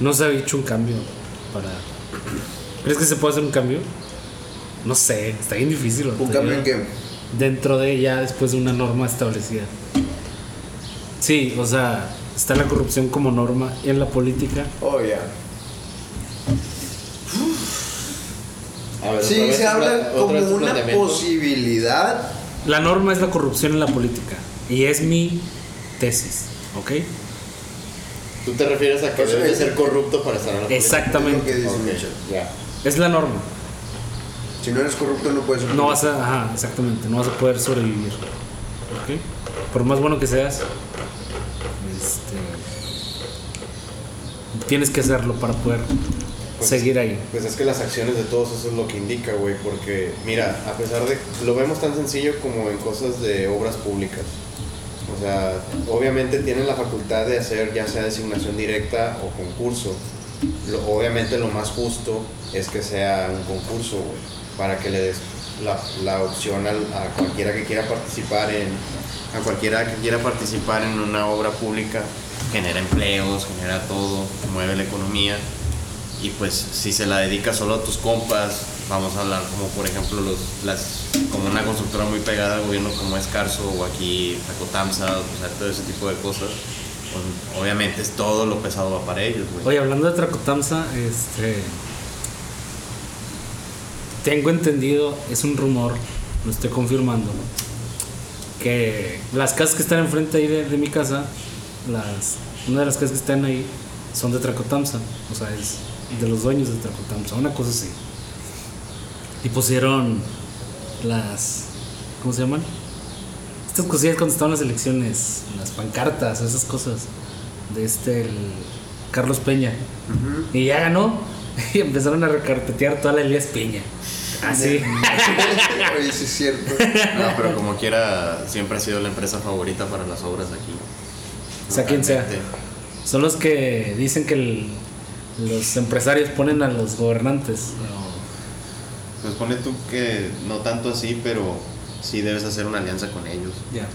Speaker 3: No se ha hecho un cambio para... ¿Crees que se puede hacer un cambio? No sé, está bien difícil.
Speaker 1: un
Speaker 3: ahorita,
Speaker 1: cambio
Speaker 3: yo-
Speaker 1: en que.
Speaker 3: dentro de ya después de una norma establecida. Sí, o sea, está la corrupción como norma en la política.
Speaker 1: Oh, ya.
Speaker 2: A ver, Pues otra
Speaker 1: Sí,
Speaker 2: vez
Speaker 1: se
Speaker 2: tu pla-
Speaker 1: habla
Speaker 2: otra
Speaker 1: como
Speaker 2: vez tu
Speaker 1: una
Speaker 2: planteamiento.
Speaker 1: posibilidad.
Speaker 3: La norma es la corrupción en la política y es mi tesis, ¿ok?
Speaker 2: Tú te refieres a que
Speaker 1: Pues,
Speaker 2: debes
Speaker 1: es-
Speaker 2: ser corrupto para estar en la política.
Speaker 1: Lo que
Speaker 3: Exactamente.
Speaker 1: dice
Speaker 2: Ok,
Speaker 1: Michel.
Speaker 2: ya.
Speaker 3: Es la norma.
Speaker 1: Si no eres corrupto, no puedes ser.
Speaker 3: No vas a, ajá, exactamente, no vas a poder sobrevivir. ¿Ok? Por más bueno que seas, este, tienes que hacerlo para poder
Speaker 2: Pues-
Speaker 3: seguir ahí.
Speaker 2: Pues es que las acciones de todos eso es lo que indica, güey, porque mira, a pesar de lo vemos tan sencillo como en cosas de obras públicas. O sea, obviamente tienen la facultad de hacer ya sea designación directa o concurso. Lo- obviamente lo más justo es que sea un concurso, güey, para que le des la, la opción al- a, cualquiera que quiera participar en a cualquiera que quiera participar en una obra pública genera empleos, genera todo, mueve la economía. Y pues si se la dedicas solo a tus compas, vamos a hablar como por ejemplo los, las, como una constructora muy pegada al gobierno como es Carso o aquí Tacotamsa, o sea, todo ese tipo de cosas, pues, obviamente es todo lo pesado va para ellos, güey.
Speaker 3: Oye, hablando de Tracotamsa, este. Tengo entendido, es un rumor, lo estoy confirmando, que las casas que están enfrente ahí de, de mi casa, las, una de las casas que están ahí, son de Tracotamsa, o sea, es de los dueños de Tracotamsa, una cosa así. Y pusieron las, ¿cómo se llaman? Estas cosillas cuando estaban las elecciones, las pancartas, esas cosas, de este el Carlos Peña. Y ya ganó, y empezaron a recarpetear toda la Elías Peña. Así.
Speaker 1: Oye, sí es cierto.
Speaker 2: No, pero como quiera, siempre ha sido la empresa favorita para las obras aquí.
Speaker 3: O sea, quien sea.
Speaker 2: Realmente.
Speaker 3: Son los que dicen que el- los empresarios ponen a los gobernantes.
Speaker 2: Pues pone tú que no tanto así, pero sí debes hacer una alianza con ellos.
Speaker 3: Ya.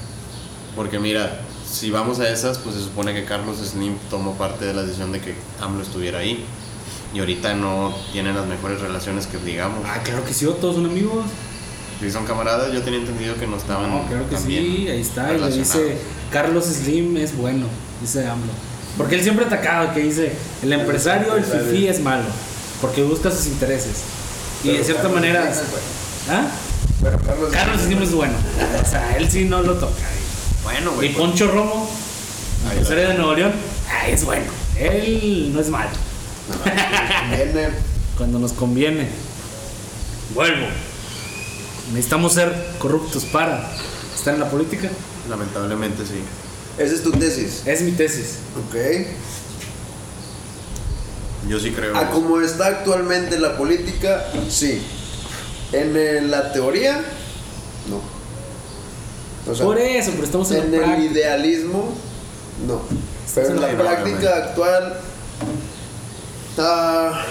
Speaker 2: Porque mira, si vamos a esas, pues se supone que Carlos Slim tomó parte de la decisión de que AMLO estuviera ahí. Y ahorita no tienen las mejores relaciones que digamos.
Speaker 3: Ah, claro que sí, todos son amigos.
Speaker 2: Si son camaradas, yo tenía entendido que no estaban.
Speaker 3: No, Mm, claro que
Speaker 2: tan
Speaker 3: sí,
Speaker 2: bien
Speaker 3: ahí está. Y le dice,
Speaker 2: relacionados.
Speaker 3: Carlos Slim es bueno, dice AMLO. Porque él siempre atacaba, que dice, el empresario, el
Speaker 1: empresario.
Speaker 3: fifí es malo, porque busca sus intereses. Y de
Speaker 1: Pero
Speaker 3: cierta
Speaker 1: Carlos
Speaker 3: manera...
Speaker 1: Slim es bueno.
Speaker 3: ¿Ah?
Speaker 1: Pero Carlos,
Speaker 3: Carlos Slim es bueno. O sea, él sí no lo toca.
Speaker 2: Bueno,
Speaker 3: Y
Speaker 2: güey. pues,
Speaker 3: Poncho Romo,
Speaker 2: ahí la-
Speaker 3: empresario de Nuevo León, ah, es bueno. Él no es malo.
Speaker 1: N,
Speaker 3: cuando nos conviene. Vuelvo. Necesitamos ser corruptos para estar en la política.
Speaker 2: pues, Lamentablemente sí.
Speaker 1: Esa es tu tesis.
Speaker 3: Es mi tesis.
Speaker 1: Ok.
Speaker 2: Yo sí creo.
Speaker 1: A como está actualmente la política, sí. En eh, la teoría, no. O sea,
Speaker 3: Por eso, pero estamos en,
Speaker 1: en
Speaker 3: la
Speaker 1: el
Speaker 3: práctica.
Speaker 1: idealismo, no. Pero en la
Speaker 2: Sí,
Speaker 1: práctica
Speaker 2: obviamente.
Speaker 1: actual ah, está...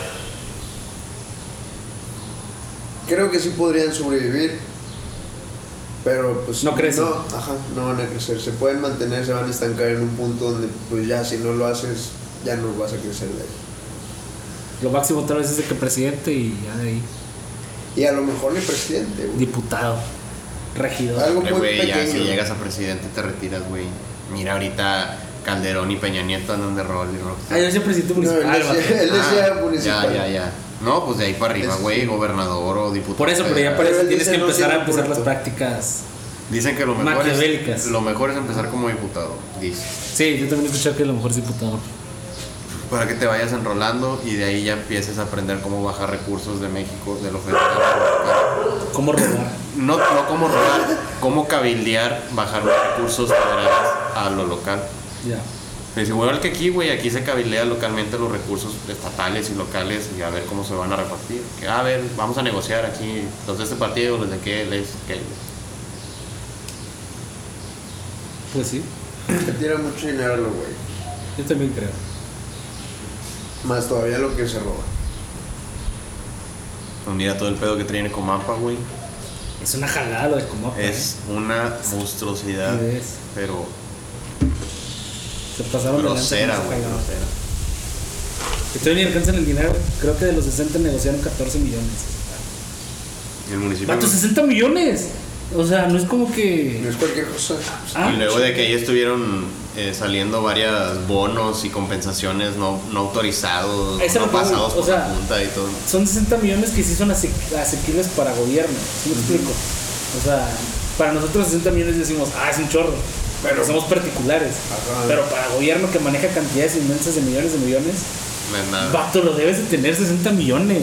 Speaker 1: Creo que sí podrían sobrevivir, pero pues
Speaker 3: No crecen.
Speaker 1: No, ajá, no van a crecer. Se pueden mantener, se van a estancar en un punto donde pues ya si no lo haces, ya no vas a crecer de ahí.
Speaker 3: Lo máximo tal vez es de que presidente y ya de ahí.
Speaker 1: Y a lo mejor ni presidente, güey.
Speaker 3: Diputado, regidor.
Speaker 1: Algo
Speaker 2: Hombre,
Speaker 1: muy
Speaker 2: güey, ya si
Speaker 1: pequeño.
Speaker 2: llegas a presidente te retiras, güey. Mira, ahorita Calderón y Peña Nieto andan de rol y
Speaker 3: Ah, yo
Speaker 2: rockstar.
Speaker 3: soy presidente
Speaker 1: No, él
Speaker 3: municipal.
Speaker 1: decía,
Speaker 3: vato.
Speaker 1: él decía
Speaker 2: Ah,
Speaker 1: municipal.
Speaker 2: Ya, ya, ya. No, pues de ahí para arriba,
Speaker 1: Es-
Speaker 2: güey, gobernador o diputado.
Speaker 3: Por eso, pero ya para
Speaker 1: Pero
Speaker 3: eso
Speaker 1: él
Speaker 3: tienes
Speaker 1: dice
Speaker 3: que
Speaker 1: no
Speaker 3: empezar a
Speaker 1: siendo
Speaker 3: empezar las
Speaker 1: corrupto.
Speaker 3: prácticas.
Speaker 2: Dicen que lo mejor,
Speaker 3: Maquiavélicas.
Speaker 2: es, lo mejor es empezar como diputado, dice.
Speaker 3: Sí, yo también he escuchado que a lo mejor es diputado.
Speaker 2: Para que te vayas enrolando y de ahí ya empieces a aprender cómo bajar recursos de México, de lo federal.
Speaker 3: ¿Cómo robar?
Speaker 2: No, no cómo robar, cómo cabildear, bajar los recursos federales a lo local.
Speaker 3: ya.
Speaker 2: Pues igual que aquí, güey, aquí se cabildea localmente los recursos estatales y locales y a ver cómo se van a repartir. Que, a ver, vamos a negociar aquí los de este partido, los de qué, les, qué.
Speaker 3: Pues sí,
Speaker 1: Se tira mucho dinero a los güey.
Speaker 3: yo también creo.
Speaker 1: Más todavía lo que se roba.
Speaker 2: Pues Mira todo el pedo que traen con Mapa, güey.
Speaker 3: Es una jalada lo de Comopa.
Speaker 2: Es una monstruosidad,
Speaker 3: Sí, es.
Speaker 2: pero
Speaker 3: Se pasaron de lanza con
Speaker 2: grosera,
Speaker 3: esa
Speaker 2: güey,
Speaker 3: jalada.
Speaker 2: grosera.
Speaker 3: Que todavía ni alcanzan el dinero. Creo que de los 60 negociaron 14 millones.
Speaker 2: El municipio.
Speaker 3: ¿Cuántos 60 millones? O sea, no es como
Speaker 1: No
Speaker 3: que.
Speaker 1: es cualquier cosa.
Speaker 3: Ah,
Speaker 2: Y luego de que ahí estuvieron eh, saliendo varias bonos y compensaciones no, no autorizados,
Speaker 3: Eso
Speaker 2: no
Speaker 3: lo que voy,
Speaker 2: pasados
Speaker 3: o
Speaker 2: por
Speaker 3: sea,
Speaker 2: la junta y todo.
Speaker 3: son 60 millones que sí son ase- asequibles para gobierno. ¿Sí me explico? O sea, para nosotros 60 millones decimos, ah, es un chorro. Pero
Speaker 1: Pero-
Speaker 3: somos particulares.
Speaker 1: Ajá.
Speaker 3: Pero para gobierno que maneja cantidades inmensas de millones de millones,
Speaker 2: No es nada.
Speaker 3: vato, lo debes de tener 60 millones.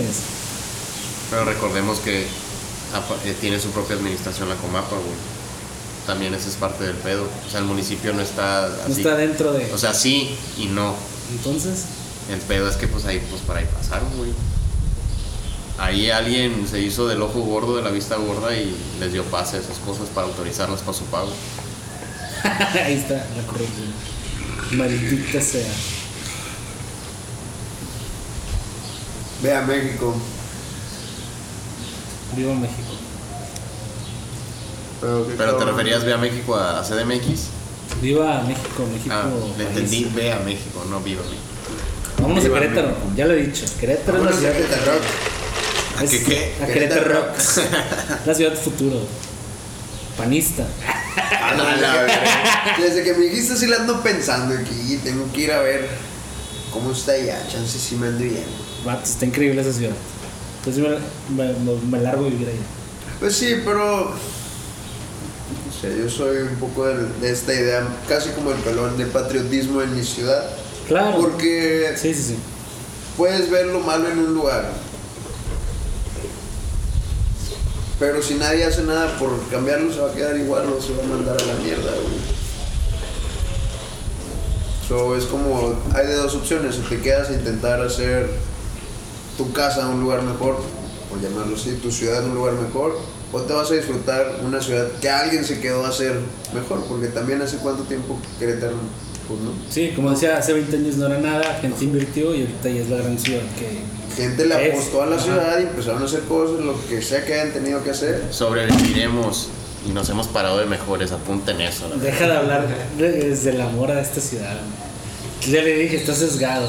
Speaker 2: Pero recordemos que apa- eh, tiene su propia administración la Comapa, güey. También ese es parte del pedo. O sea, el municipio no está
Speaker 3: No
Speaker 2: así.
Speaker 3: está dentro de.
Speaker 2: o sea, sí y no.
Speaker 3: Entonces,
Speaker 2: El pedo es que pues ahí pues para ahí pasaron, güey. Ahí alguien se hizo del ojo gordo, de la vista gorda y les dio pase a esas cosas para autorizarlas para su pago.
Speaker 3: ahí está la corrupción. Maldita sea.
Speaker 1: Ve a México.
Speaker 3: Viva México.
Speaker 1: Pero, qué
Speaker 2: Pero te
Speaker 1: cabrón.
Speaker 2: referías, ve a México, a, a CDMX.
Speaker 3: Viva México, México.
Speaker 2: Ah, le
Speaker 3: país.
Speaker 2: entendí, ve a México, no viva México.
Speaker 3: Vámonos
Speaker 1: Viva
Speaker 3: a Querétaro,
Speaker 1: México.
Speaker 3: ya lo he dicho. Querétaro
Speaker 1: Vámonos
Speaker 3: es la
Speaker 1: a
Speaker 3: ciudad.
Speaker 1: Querétaro.
Speaker 2: ¿A qué
Speaker 3: es-
Speaker 2: qué?
Speaker 3: a Querétaro
Speaker 1: Querétaro.
Speaker 3: Rocks. la ciudad del futuro. Panista.
Speaker 1: Ah, no,
Speaker 2: la verga.
Speaker 1: Desde que me dijiste sí la ando pensando aquí. Tengo que ir a ver cómo está allá. Chance si me ando yendo.
Speaker 3: Vato, está increíble esa ciudad. Entonces me, me- me- me largo a vivir ahí.
Speaker 1: Pues sí, pero. O sea, yo soy un poco del- de, esta idea, casi como el pelón de patriotismo en mi ciudad.
Speaker 3: Claro.
Speaker 1: Porque
Speaker 3: Sí, sí, sí.
Speaker 1: puedes ver lo malo en un lugar. Pero si nadie hace nada por cambiarlo, se va a quedar igual o se va a mandar a la mierda, güey. So, es como, hay de dos opciones, o te quedas a intentar hacer tu casa un lugar mejor, por llamarlo así, tu ciudad un lugar mejor, o te vas a disfrutar una ciudad que alguien se quedó a hacer mejor, porque también hace cuánto tiempo Querétaro, pues, ¿no?
Speaker 3: Sí, como decía, hace 20 años no era nada, gente invirtió y ahorita ya es la gran ciudad que...
Speaker 1: Gente le
Speaker 3: Es,
Speaker 1: apostó a la
Speaker 3: ajá.
Speaker 1: ciudad y empezaron a hacer cosas, lo que sea que hayan tenido que hacer.
Speaker 2: Sobreviviremos y nos hemos parado de mejores. Apunten eso. la verdad.
Speaker 3: Deja de hablar de- desde el amor a esta ciudad. Ya le dije, está sesgado.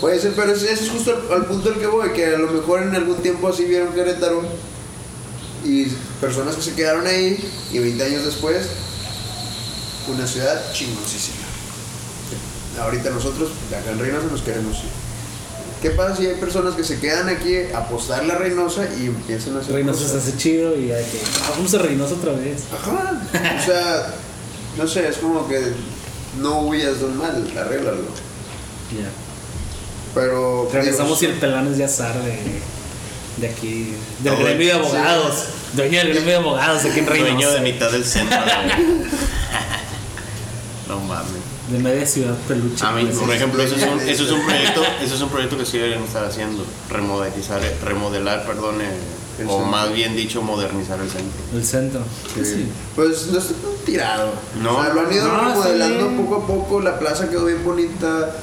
Speaker 1: Puede ser, pero ese ese es justo al, al punto al que voy, que a lo mejor en algún tiempo así vieron Querétaro y personas que se quedaron ahí y 20 años después, una ciudad chingoncísima. Ahorita nosotros, de acá en Reynosa, nos queremos ir. ¿Qué pasa si hay personas que se quedan aquí a apostarle a Reynosa y empiezan a hacer
Speaker 3: Reynosa se
Speaker 1: cosas?
Speaker 3: hace chido y hay que... "Ah, Vamos a Reynosa otra vez.
Speaker 1: Ajá. O sea, no sé, es como que no huyas de un mal, arréglalo.
Speaker 3: Ya.
Speaker 1: Pero.
Speaker 3: Regresamos y
Speaker 1: digo,
Speaker 3: el pelón es de azar de, de aquí. Del
Speaker 2: Todo
Speaker 3: gremio de
Speaker 2: hecho,
Speaker 3: abogados. Dueño del gremio de abogados aquí en
Speaker 2: Dueño
Speaker 3: Reynosa.
Speaker 2: de mitad del centro. güey. no mames.
Speaker 3: De media ciudad peluche.
Speaker 1: Ah,
Speaker 2: A mí,
Speaker 3: Pues,
Speaker 2: por ejemplo, eso es, un, eso es un proyecto, eso es un proyecto que sí deberían estar haciendo, remodelizar, remodelar, perdón, eh,
Speaker 1: El
Speaker 2: o
Speaker 1: centro.
Speaker 2: más bien dicho, modernizar el centro.
Speaker 3: El centro.
Speaker 1: sí.
Speaker 3: Pues sí.
Speaker 1: Pues no está tan tirado.
Speaker 2: No,
Speaker 1: O sea, lo han ido
Speaker 3: no, está bien.
Speaker 1: remodelando poco a poco, la plaza quedó bien bonita.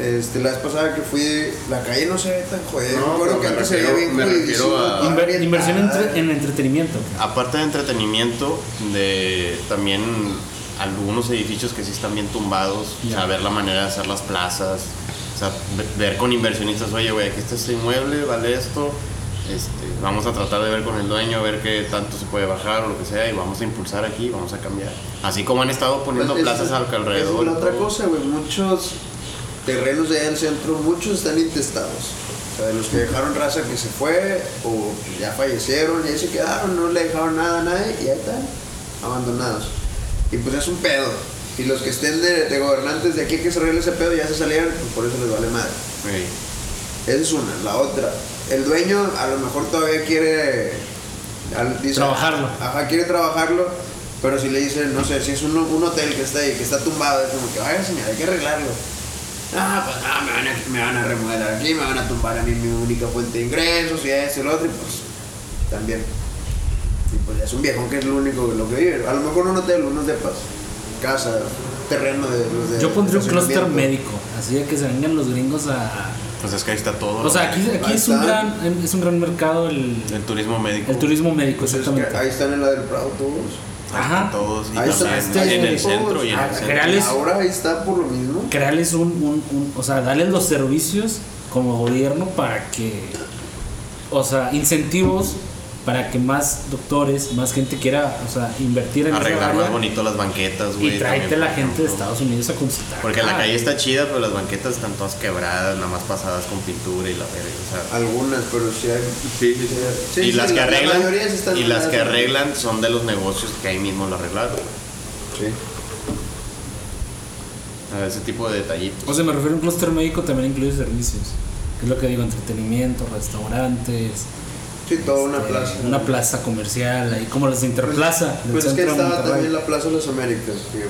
Speaker 1: Este, la vez pasada que fui, la calle no se ve tan jodida.
Speaker 2: No,
Speaker 1: me acuerdo
Speaker 2: pero
Speaker 1: que
Speaker 2: me
Speaker 1: antes se veía
Speaker 2: refiero-
Speaker 1: bien
Speaker 2: me
Speaker 1: jodidísimo,
Speaker 2: refiero a-
Speaker 1: toda
Speaker 3: Inver- inversión en,
Speaker 1: orientada.
Speaker 3: tre- en entretenimiento.
Speaker 2: Aparte de entretenimiento, de también algunos edificios que sí están bien tumbados,
Speaker 3: Ya.
Speaker 2: o sea, ver la manera de hacer las plazas, o sea, ve- ver con inversionistas, oye, güey, aquí está este inmueble, vale esto, este, vamos a tratar de ver con el dueño, a ver qué tanto se puede bajar o lo que sea, y vamos a impulsar aquí, vamos a cambiar. Así como han estado poniendo
Speaker 1: Pues,
Speaker 2: plazas
Speaker 1: esa-
Speaker 2: al alrededor.
Speaker 1: esa Es la otra
Speaker 2: todo.
Speaker 1: cosa, güey. Muchos terrenos de allá en el centro, muchos están intestados. O sea, de los que dejaron raza que se fue o que ya fallecieron y ahí se quedaron, no le dejaron nada a nadie y ahí están, abandonados. Y pues es un pedo. Y los que estén de, de gobernantes de aquí que se arregle ese pedo ya se salieron, pues por eso les vale madre.
Speaker 2: Sí.
Speaker 1: Esa es una. La otra, el dueño a lo mejor todavía quiere... al- dice-
Speaker 3: Trabajarlo.
Speaker 1: Ajá, quiere trabajarlo, pero si le dicen, no sé, si es un, un hotel que está ahí, que está tumbado, es como que, vaya señor, hay que arreglarlo. Ah, pues ah, me, van a, me van a remodelar aquí, me van a tumbar a mí mi única fuente de ingresos y esto y lo otro, y pues también. Y pues es un viejo que es lo único que lo que vive. A lo mejor un hotel, unos depas, casa, terreno de los de.
Speaker 3: Yo pondría un clúster
Speaker 1: estacionamiento.
Speaker 3: médico. Así de que se vengan los gringos a.
Speaker 2: Pues es que ahí está todo.
Speaker 3: O
Speaker 2: ¿no?
Speaker 3: sea, aquí, aquí
Speaker 1: Ahí
Speaker 3: es, un
Speaker 1: está.
Speaker 3: gran, es un gran mercado el,
Speaker 2: El turismo médico.
Speaker 3: el turismo médico,
Speaker 1: Pues es que
Speaker 3: exactamente.
Speaker 1: ahí están en la del Prado todos.
Speaker 3: Ajá.
Speaker 2: Ajá. Todos. Y
Speaker 1: Ahí
Speaker 2: también
Speaker 1: está, este está
Speaker 2: en el
Speaker 1: ahí todos.
Speaker 2: centro y en
Speaker 3: Ah,
Speaker 2: el centro.
Speaker 3: general. Reales.
Speaker 1: Ahora ahí está por lo mismo.
Speaker 3: crearles un, un- un- o sea, darles los servicios como gobierno para que, o sea, incentivos para que más doctores, más gente quiera, o sea, invertir en esa
Speaker 2: Arreglar
Speaker 3: área
Speaker 2: más bonito las banquetas, güey.
Speaker 3: y tráete
Speaker 2: también,
Speaker 3: la
Speaker 2: por
Speaker 3: gente de
Speaker 2: ejemplo.
Speaker 3: Estados Unidos a consultar.
Speaker 2: Porque la
Speaker 3: Ah,
Speaker 2: calle está chida, pero las banquetas están todas quebradas, nada más pasadas con pintura y la verga. O sea,
Speaker 1: Algunas, pero sí hay.
Speaker 2: sí,
Speaker 1: sí. Sí,
Speaker 2: y
Speaker 1: sí,
Speaker 2: las que
Speaker 1: la- la
Speaker 2: arreglan,
Speaker 1: mayoría sí están
Speaker 2: y las que
Speaker 1: arregladas.
Speaker 2: arreglan son de los negocios que ahí mismo lo arreglaron.
Speaker 1: Sí.
Speaker 2: A ver, ese tipo de detallitos.
Speaker 3: Ah, O sea, me refiero a un clúster médico también incluye servicios, que es lo que digo, entretenimiento, restaurantes,
Speaker 1: Sí, toda una
Speaker 3: eh,
Speaker 1: plaza.
Speaker 3: una plaza comercial, ahí como las interplaza. del
Speaker 1: Pues es que
Speaker 3: centro de
Speaker 1: estaba
Speaker 3: Monterrey.
Speaker 1: también la Plaza de las Américas, que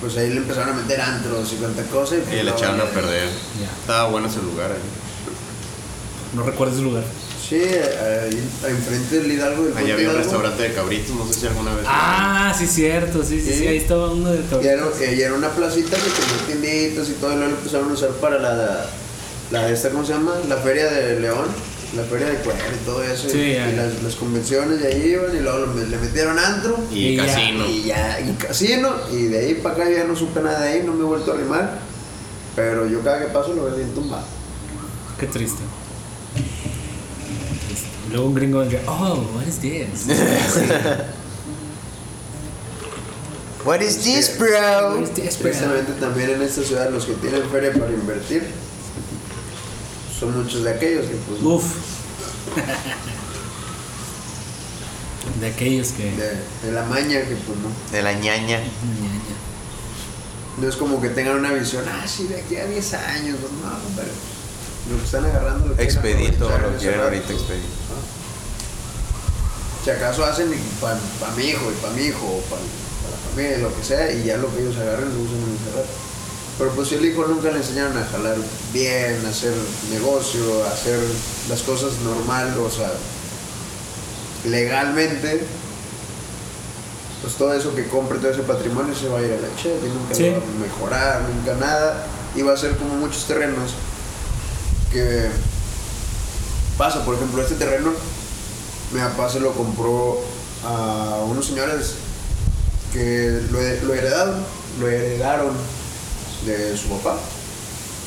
Speaker 1: pues ahí le empezaron a meter antros y cuanta cosa. Y, pues,
Speaker 2: Y le
Speaker 1: la
Speaker 2: echaron a
Speaker 1: valía.
Speaker 2: perder.
Speaker 3: Ya,
Speaker 2: Estaba bueno ese lugar ¿eh? ahí.
Speaker 3: no recuerdo ese lugar.
Speaker 1: Sí, ahí, enfrente del Hidalgo del Puente
Speaker 2: Allá había un
Speaker 1: Hidalgo.
Speaker 2: restaurante de cabritos, no sé si alguna vez.
Speaker 3: Ah, sí, cierto, sí, sí,
Speaker 1: Sí.
Speaker 3: sí, ahí estaba uno del
Speaker 1: Y
Speaker 3: cabello.
Speaker 1: era, y era una placita que tenía tienditas y todo, y luego lo empezaron a usar para la, la de esta, ¿cómo se llama? La feria de León, la feria de Cuero y todo eso, y-
Speaker 3: Sí,
Speaker 1: y,
Speaker 3: ya.
Speaker 1: las, las convenciones, y ahí iban, y luego lo- le metieron antro,
Speaker 2: Y,
Speaker 3: Y ya,
Speaker 2: casino.
Speaker 1: y ya, y casino, y de ahí para acá ya no supe nada de ahí, no me he vuelto a arrimar, pero yo cada que paso lo veo bien tumbado.
Speaker 3: Qué triste. Triste. Luego un gringo vendría, oh, what is this?
Speaker 2: What is this, bro?
Speaker 3: What is this, bro?"
Speaker 1: Precisamente también en esta ciudad los que tienen feria para invertir son muchos de aquellos que pues...
Speaker 3: Uf. De aquellos que... "Mm,
Speaker 1: De, de la maña que pues no.
Speaker 2: De la ñaña.
Speaker 1: No es como que tengan una visión, ah, sí, de aquí a 10 años, pues, no, pero lo que están agarrando lo quieren
Speaker 5: Expedito,
Speaker 1: aprovechar en
Speaker 5: lo
Speaker 1: ese
Speaker 5: quieren
Speaker 1: rato.
Speaker 5: ahorita expedito.
Speaker 1: Si acaso hacen para mi hijo y para mi hijo, o para la familia, lo que sea, y ya lo que ellos agarren lo usan en ese rato. Pero pues si el hijo nunca le enseñaron a jalar bien, a hacer negocio, a hacer las cosas normal, o sea, legalmente, pues todo eso que compre, todo ese patrimonio se va a ir a la chela y nunca
Speaker 3: Sí.
Speaker 1: lo va a mejorar, nunca nada, y va a ser como muchos terrenos que pasa, por ejemplo, este terreno, mi papá se lo compró a unos señores que lo, he- lo heredaron, lo heredaron de su papá.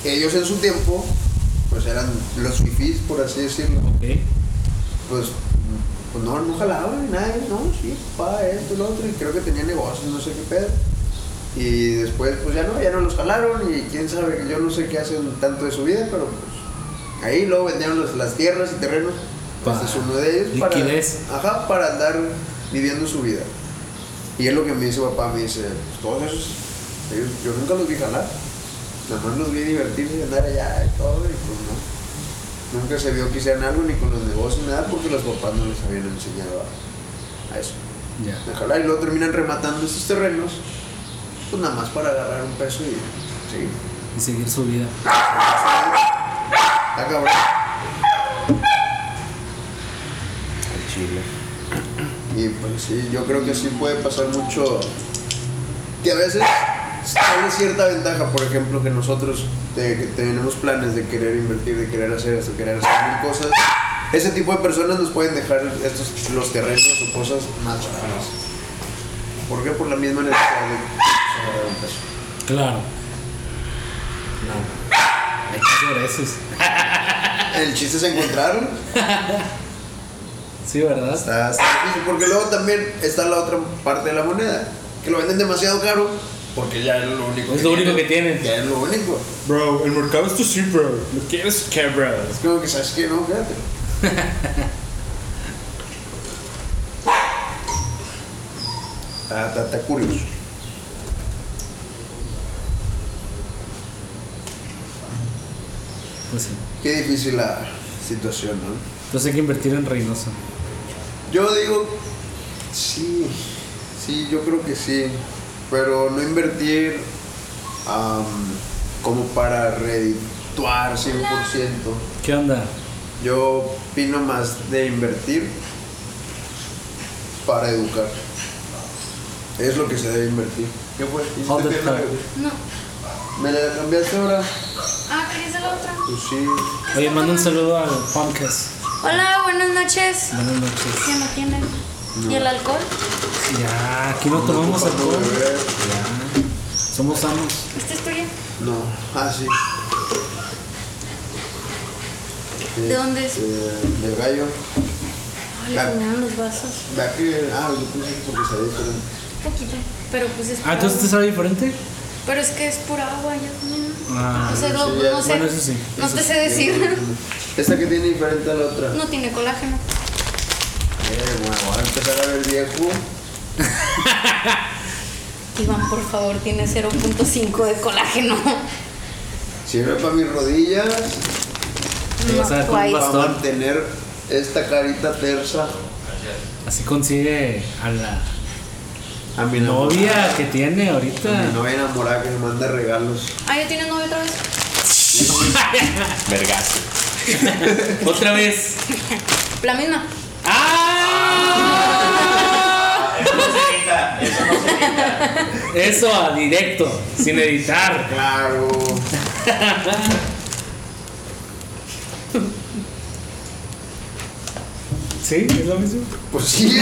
Speaker 1: Ellos en su tiempo, pues eran los fifís, por así decirlo
Speaker 3: Ok.
Speaker 1: pues, pues no, no jalaba ni nada, no, sí, papá, esto, lo otro, y creo que tenía negocios, no sé qué pedo. Y después, pues ya no, ya no los jalaron, y quién sabe, yo no sé qué hacen tanto de su vida, pero pues ahí luego vendieron los- las tierras y terrenos,
Speaker 3: Pa-
Speaker 1: este es uno de ellos, para,
Speaker 3: liquidez.
Speaker 1: ajá, para andar viviendo su vida. Y es lo que me dice papá, me dice, pues todos esos, ellos, yo nunca los vi jalar, nada más los vi divertirse y andar allá y todo, y pues no. Nunca se vio que hicieran algo ni con los negocios ni nada porque los papás no les habían enseñado a, a eso.
Speaker 3: Ya.
Speaker 1: Ojalá y luego terminan rematando estos terrenos, pues nada más para agarrar un peso y seguir.
Speaker 3: Y seguir su vida.
Speaker 1: Ah, cabrón.
Speaker 2: Chile.
Speaker 1: Y pues sí, yo creo que sí puede pasar mucho. Que a veces sale cierta ventaja, por ejemplo, que nosotros de- que tenemos planes de querer invertir, de querer hacer esto, querer hacer mil cosas. Ese tipo de personas nos pueden dejar estos, los terrenos o cosas más raras. ¿Por qué? Por la misma necesidad de de un peso.
Speaker 3: Claro. Hay que sobre esos.
Speaker 1: El chiste es encontrarlo.
Speaker 3: Sí, ¿verdad?
Speaker 1: Está, está difícil, porque luego también está la otra parte de la moneda, que lo venden demasiado caro, porque ya es lo único.
Speaker 3: Es lo único que tienen.
Speaker 1: Ya es lo único.
Speaker 3: Bro, el mercado es tu sí, bro. ¿Lo quieres qué, bro?
Speaker 1: Es como que sabes que no, quédate. Está, Ah, está, está curioso.
Speaker 3: Pues sí.
Speaker 1: Qué difícil la situación, ¿no?
Speaker 3: Entonces hay que invertir en Reynosa.
Speaker 1: Yo digo, sí, sí, yo creo que sí, pero no invertir am, como para redituar 100%.
Speaker 3: ¿Qué onda?
Speaker 1: Yo opino más de invertir para educar. Es lo que se debe invertir. ¿Qué fue?
Speaker 3: How the fuck?
Speaker 6: No.
Speaker 1: ¿Me la cambiaste ahora?
Speaker 6: Ah, querías la otra.
Speaker 1: Pues sí.
Speaker 3: Oye, manda un saludo al Pumpcast.
Speaker 6: Hola, buenas noches.
Speaker 3: Buenas noches.
Speaker 6: ¿Qué no tienen? ¿Y el alcohol?
Speaker 3: Ya, aquí no tomamos
Speaker 1: Ocupa
Speaker 3: alcohol.
Speaker 1: todo beber.
Speaker 3: Somos sanos.
Speaker 6: ¿Este es tuyo?
Speaker 1: No. Ah, sí.
Speaker 6: ¿De dónde es?
Speaker 1: Eh, del gallo.
Speaker 6: Ay, le ponían los vasos.
Speaker 1: De aquí. Ah, yo pensé que porque se había hecho un-
Speaker 6: Un poquito. Pero pues es
Speaker 3: Ah,
Speaker 6: pura
Speaker 3: entonces te
Speaker 6: agua.
Speaker 3: sabe diferente.
Speaker 6: Pero es que es pura agua, ya también.
Speaker 3: Ah,
Speaker 6: o sea, no,
Speaker 1: sí, ya-
Speaker 6: no sé.
Speaker 3: bueno, eso sí,
Speaker 6: No te sé decir.
Speaker 1: Esta que tiene diferente a la otra.
Speaker 6: No tiene colágeno.
Speaker 1: Eh, bueno, voy a empezar a ver viejo.
Speaker 6: Iván, por favor, tiene 0.5 de colágeno.
Speaker 1: Sirve para mis rodillas.
Speaker 3: Te vas a dar con un
Speaker 6: guay.
Speaker 1: Para
Speaker 3: bastón.
Speaker 1: mantener esta carita tersa.
Speaker 3: Así consigue a la
Speaker 1: A mi
Speaker 3: novia que tiene
Speaker 1: A mi
Speaker 3: ahorita.
Speaker 1: novia enamorada que me manda regalos.
Speaker 6: Ah, ya tiene novio otra vez.
Speaker 4: Vergazo.
Speaker 3: Otra vez.
Speaker 6: La misma.
Speaker 3: Eso a directo, sin editar.
Speaker 1: Claro.
Speaker 3: ¿Sí? ¿Es lo mismo?
Speaker 1: Pues sí,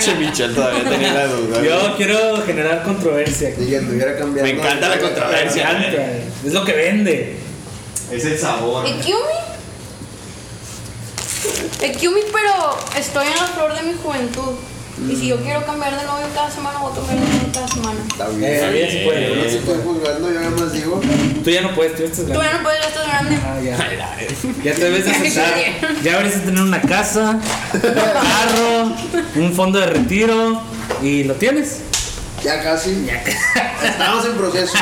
Speaker 4: Che, Michel todavía tenía la duda.
Speaker 3: Yo quiero generar controversia. aquí.
Speaker 1: güey. que anduviera cambiando.
Speaker 4: Me encanta la
Speaker 3: Me
Speaker 4: controversia.
Speaker 3: encanta, Es lo que vende.
Speaker 5: Es el sabor.
Speaker 6: Ekiumi. Ekiumi, pero estoy en la flor de mi juventud. Y si yo quiero cambiar de novio cada semana, voy a cambiar de novio cada semana.
Speaker 1: Está bien.
Speaker 3: Eh, bien, sí puede,
Speaker 1: Yo no
Speaker 3: bien sí
Speaker 1: estoy juzgando, yo nada más digo.
Speaker 3: puede. Tú ya no puedes, tú ya estás
Speaker 6: Tú ya
Speaker 3: grande.
Speaker 6: no puedes, ya estás grande.
Speaker 3: Ah, ya. Ya te debes de aceptar. Ya debes de tener una casa, un carro, un fondo de retiro. Y lo tienes.
Speaker 1: Ya casi. Estamos en proceso.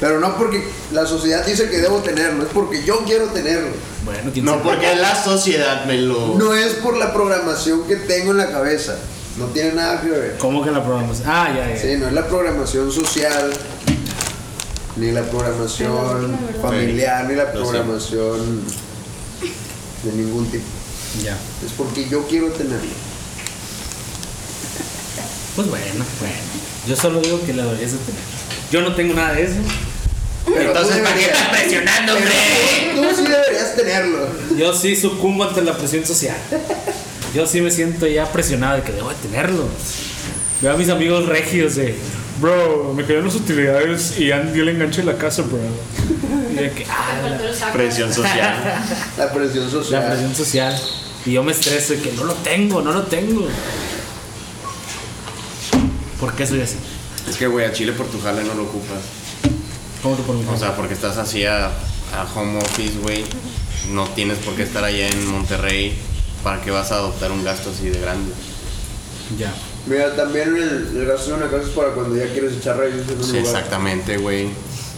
Speaker 1: Pero no porque la sociedad dice que debo tenerlo, es porque yo quiero tenerlo.
Speaker 3: Bueno, quién
Speaker 2: No,
Speaker 3: sabe.
Speaker 2: porque la sociedad me lo.
Speaker 1: No es por la programación que tengo en la cabeza. No tiene nada que ver.
Speaker 3: ¿Cómo que la programas? Ah, ya, ya.
Speaker 1: Sí, no es la programación social, ni la programación familiar, ni la
Speaker 2: Lo sé.
Speaker 1: programación de ningún tipo.
Speaker 3: Ya.
Speaker 1: Es porque yo quiero tenerlo.
Speaker 3: Pues bueno, bueno. Yo solo digo que la deberías de tener. Yo no tengo nada de eso.
Speaker 1: Pero tú
Speaker 2: Entonces, ¿para qué
Speaker 1: deberías-
Speaker 2: estás presionando, hombre?
Speaker 1: Tú sí deberías tenerlo.
Speaker 3: Yo sí sucumbo ante la presión social. Yo sí me siento ya presionado de que debo de tenerlo. Veo a mis amigos regios de, bro, me quedan las utilidades y ya dio el enganche de la casa, bro. Y de que, ah, la,
Speaker 2: Presión social.
Speaker 1: La presión social.
Speaker 3: la presión social. Y yo me estreso de que no lo tengo, no lo tengo. ¿Por qué soy así?
Speaker 2: Es que, güey, a Chile por tu jale no lo ocupas.
Speaker 3: ¿Cómo que por mi
Speaker 2: O
Speaker 3: culpa?
Speaker 2: sea, porque estás así a, a home office, güey. No tienes por qué estar allá en Monterrey. ¿Para qué vas a adoptar un gasto así de grande?
Speaker 3: Ya.
Speaker 1: Mira, también el, el gasto de una casa es para cuando ya quieres echar raíces en un
Speaker 2: Sí,
Speaker 1: lugar.
Speaker 2: exactamente, güey.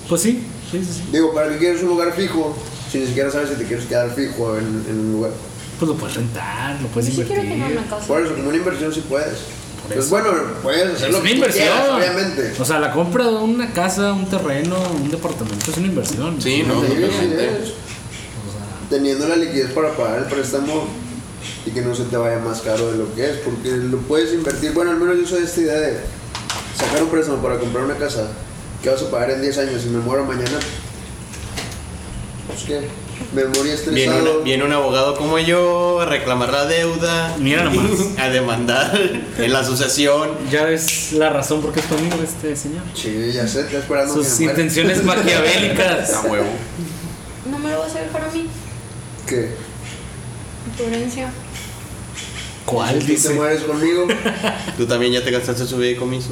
Speaker 3: Pues sí, sí, sí, sí.
Speaker 1: Digo, para que quieres un lugar fijo, si ni siquiera sabes si te quieres quedar fijo en, en un lugar.
Speaker 3: Pues lo puedes rentar, lo puedes
Speaker 6: Yo sí quiero tener
Speaker 3: invertir.
Speaker 6: una casa.
Speaker 1: Por eso, como una inversión sí puedes.
Speaker 3: Por
Speaker 1: Pues
Speaker 3: eso.
Speaker 1: bueno, puedes hacer
Speaker 3: Es
Speaker 1: lo
Speaker 3: una
Speaker 1: que tú
Speaker 3: inversión.
Speaker 1: quieras, obviamente.
Speaker 3: O sea, la compra de una casa, un terreno, un departamento es una inversión.
Speaker 2: Sí, no,
Speaker 1: Sí,
Speaker 2: totalmente.
Speaker 1: sí, Teniendo la liquidez para pagar el préstamo y que no se te vaya más caro de lo que es, porque lo puedes invertir. Bueno, al menos yo soy de esta idea de sacar un préstamo para comprar una casa que vas a pagar en 10 años y me muero mañana. Pues que me morí
Speaker 2: Viene, una-
Speaker 1: estresado.
Speaker 2: viene un abogado como yo a reclamar la deuda.
Speaker 3: Mira nomás.
Speaker 2: A demandar en la asociación.
Speaker 3: Ya ves la razón por qué es tu amigo este señor.
Speaker 1: Sí, ya sé, está esperando que me
Speaker 3: Sus
Speaker 1: muera.
Speaker 3: intenciones
Speaker 2: A
Speaker 3: maquiavélicas.
Speaker 2: huevo.
Speaker 6: No me lo vas a dejar a mí.
Speaker 1: ¿Qué?
Speaker 6: Tu herencia.
Speaker 3: ¿Cuál
Speaker 1: ¿Y te
Speaker 3: dice?
Speaker 1: mueres conmigo?
Speaker 2: Tú también ya te gastaste su comiso.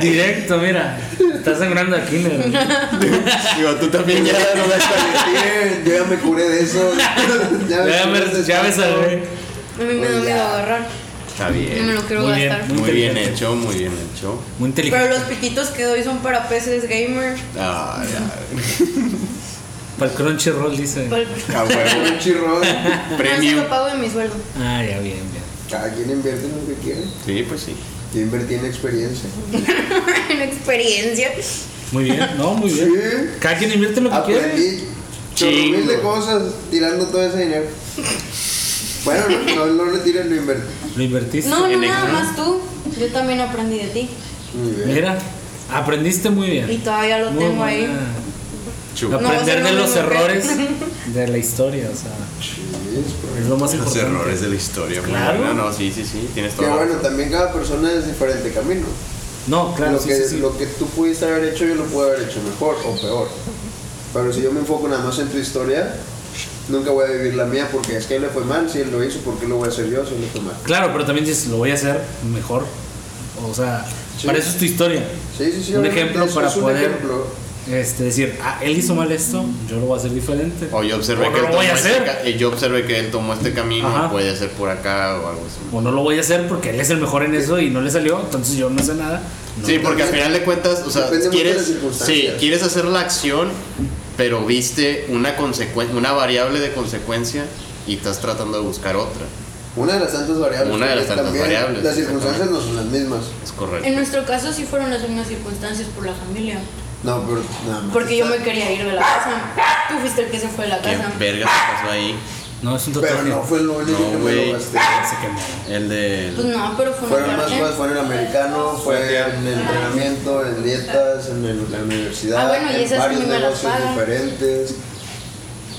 Speaker 3: Directo, mira. Estás sangrando aquí, negro.
Speaker 2: Digo, tú también ya no gastaste.
Speaker 1: Bien, yo ya me curé de eso. ya
Speaker 3: Ya
Speaker 1: curé de
Speaker 3: me, ya me
Speaker 1: eso.
Speaker 3: salvé.
Speaker 6: A mí me da
Speaker 1: Pues
Speaker 6: miedo
Speaker 1: ya.
Speaker 6: agarrar.
Speaker 2: Está
Speaker 6: No me
Speaker 2: bien.
Speaker 6: lo quiero
Speaker 3: Muy bien,
Speaker 6: gastar.
Speaker 3: muy-
Speaker 2: Muy bien hecho, muy bien hecho.
Speaker 3: Muy
Speaker 6: Pero
Speaker 3: inteligente.
Speaker 6: los piquitos que doy son para peces gamer.
Speaker 2: Ah, ya.
Speaker 3: Para el Crunchyroll dice.
Speaker 6: Para-
Speaker 2: A huevo.
Speaker 1: Un chirrón.
Speaker 6: No, se
Speaker 2: Premium.
Speaker 6: lo pago de mi sueldo.
Speaker 3: Ah, ya bien, bien.
Speaker 1: Cada quien invierte en lo que quiere.
Speaker 2: Sí, pues sí.
Speaker 1: Yo invertí en experiencia.
Speaker 6: En experiencia.
Speaker 3: Muy bien, no, muy bien.
Speaker 1: Sí.
Speaker 3: Cada quien invierte lo que quiere.
Speaker 1: Aprendí chorro de
Speaker 3: Chingo.
Speaker 1: cosas tirando todo ese dinero. Bueno, no, no, no le tiren, lo invertí.
Speaker 3: Lo invertiste.
Speaker 6: No, no,
Speaker 2: En
Speaker 6: nada
Speaker 2: extra.
Speaker 6: más tú. Yo también aprendí de ti.
Speaker 1: Muy bien.
Speaker 3: Mira, aprendiste muy bien.
Speaker 6: Y todavía lo
Speaker 3: Muy
Speaker 6: tengo ahí.
Speaker 3: buena.
Speaker 2: Chu.
Speaker 6: No,
Speaker 3: Aprender
Speaker 6: o sea,
Speaker 3: de
Speaker 6: no
Speaker 3: los
Speaker 6: me enojé.
Speaker 3: errores de la historia, o sea,
Speaker 1: Sí,
Speaker 3: es lo más
Speaker 2: Los
Speaker 3: importante.
Speaker 2: errores de la historia. muy
Speaker 3: Claro.
Speaker 2: buena. No, sí, sí, sí. Tienes
Speaker 1: Que
Speaker 2: todo.
Speaker 1: bueno, también cada persona es diferente camino.
Speaker 3: No, claro,
Speaker 1: lo,
Speaker 3: sí,
Speaker 1: que,
Speaker 3: sí, sí.
Speaker 1: lo que tú pudiste haber hecho, yo lo pude haber hecho mejor o peor. Pero si yo me enfoco nada más en tu historia, nunca voy a vivir la mía porque es que él le fue mal. Si él lo hizo, ¿por qué lo voy a hacer yo si él le fue mal?
Speaker 3: Claro, pero también dices, lo voy a hacer mejor. O sea,
Speaker 1: Sí.
Speaker 3: para eso es tu historia.
Speaker 1: Sí, sí, sí.
Speaker 3: Un
Speaker 1: obviamente,
Speaker 3: ejemplo
Speaker 1: eso
Speaker 3: para
Speaker 1: es un
Speaker 3: poder-
Speaker 1: ejemplo.
Speaker 3: Este, decir, ah, él hizo mal esto, yo lo voy a hacer diferente.
Speaker 2: O yo observé
Speaker 3: O
Speaker 2: que
Speaker 3: no
Speaker 2: él
Speaker 3: lo voy a
Speaker 2: tomó este
Speaker 3: hacer.
Speaker 2: ca- eh, yo observé que él tomó este camino,
Speaker 3: Ajá.
Speaker 2: puede ser por acá o algo así.
Speaker 3: O no lo voy a hacer porque él es el mejor en eso y no le salió, entonces yo no sé nada. No.
Speaker 2: sí, porque al final de cuentas, o sea,
Speaker 1: Depende mucho de
Speaker 2: quieres,
Speaker 1: las circunstancias.
Speaker 2: sí, quieres hacer la acción, pero viste una consecuencia, una variable de consecuencia y estás tratando de buscar otra.
Speaker 1: Una de las tantas variables.
Speaker 2: Una de las
Speaker 1: porque
Speaker 2: tantas
Speaker 1: también
Speaker 2: variables,
Speaker 1: Las circunstancias no
Speaker 2: exactamente.
Speaker 1: son las mismas.
Speaker 2: Es correcto.
Speaker 6: En nuestro caso sí fueron las mismas circunstancias por la familia.
Speaker 1: No, pero nada más.
Speaker 6: Porque yo me quería ir de la casa. Tú fuiste el que se fue de la
Speaker 2: ¿Qué
Speaker 6: casa.
Speaker 2: verga se pasó ahí?
Speaker 3: No, es un total.
Speaker 1: Pero no fue el único
Speaker 2: No,
Speaker 1: que me
Speaker 2: güey.
Speaker 1: lo gasté.
Speaker 3: Se quemó.
Speaker 2: El
Speaker 6: Pues
Speaker 2: de
Speaker 6: no, pero fue
Speaker 1: Fueron
Speaker 6: una
Speaker 1: más
Speaker 6: parte.
Speaker 1: cosas, fue en el americano, fue
Speaker 7: Fue
Speaker 1: en el entrenamiento, en dietas, en el- la universidad,
Speaker 6: Ah, bueno, y
Speaker 1: en
Speaker 6: esas
Speaker 1: varios
Speaker 6: sí me las
Speaker 1: negocios
Speaker 6: pagan.
Speaker 1: diferentes.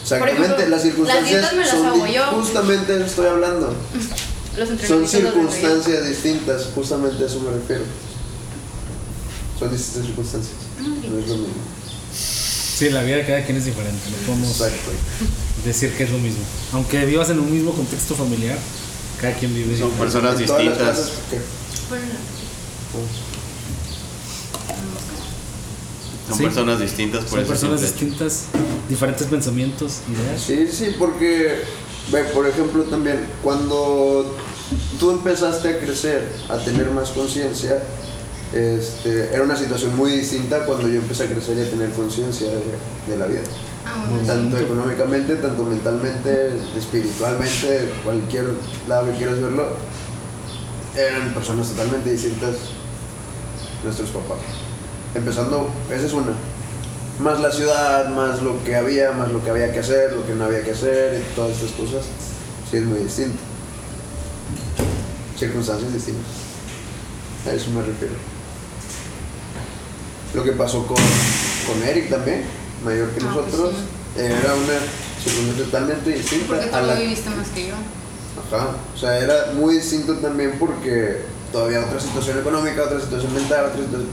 Speaker 1: Exactamente,
Speaker 6: Por ejemplo,
Speaker 1: las circunstancias
Speaker 6: las dietas me las
Speaker 1: son
Speaker 6: hago
Speaker 1: di-
Speaker 6: yo.
Speaker 1: justamente de eso estoy hablando.
Speaker 6: Los
Speaker 1: Son
Speaker 6: entrenamientos los desarrollé.
Speaker 1: circunstancias distintas, justamente a eso me refiero. Son distintas circunstancias.
Speaker 6: Ah,
Speaker 1: No es lo mismo.
Speaker 3: Sí, la vida de cada quien es diferente. No podemos
Speaker 1: Exacto.
Speaker 3: decir que es lo mismo. Aunque vivas en un mismo contexto familiar, cada quien vive
Speaker 2: son
Speaker 3: diferente.
Speaker 2: personas
Speaker 1: En todas las
Speaker 2: distintas.
Speaker 1: casas, ¿qué?
Speaker 2: Son
Speaker 3: Sí.
Speaker 2: personas distintas por
Speaker 3: Son
Speaker 2: eso
Speaker 3: personas
Speaker 2: siempre-
Speaker 3: distintas, diferentes pensamientos, ideas.
Speaker 1: Sí, sí, porque, ve, por ejemplo, también, cuando tú empezaste a crecer, a tener más conciencia, este, era una situación muy distinta cuando yo empecé a crecer y a tener conciencia de, de la vida.
Speaker 6: Ah, bueno.
Speaker 1: Tanto económicamente, tanto mentalmente, espiritualmente, de cualquier lado que quieras verlo, eran personas totalmente distintas nuestros papás. Empezando, esa es una. Más la ciudad, más lo que había, más lo que había que hacer, lo que no había que hacer, y todas estas cosas. Sí, es muy distinto. Circunstancias distintas. A eso me refiero. Lo que pasó con, con Eric también, mayor que
Speaker 6: Ah, pues
Speaker 1: nosotros, era una circunstancia totalmente distinta
Speaker 6: Porque tú
Speaker 1: a
Speaker 6: lo
Speaker 1: la
Speaker 6: viviste más que yo.
Speaker 1: Ajá, o sea, era muy distinto también porque todavía otra situación económica, otra situación mental, otra situación...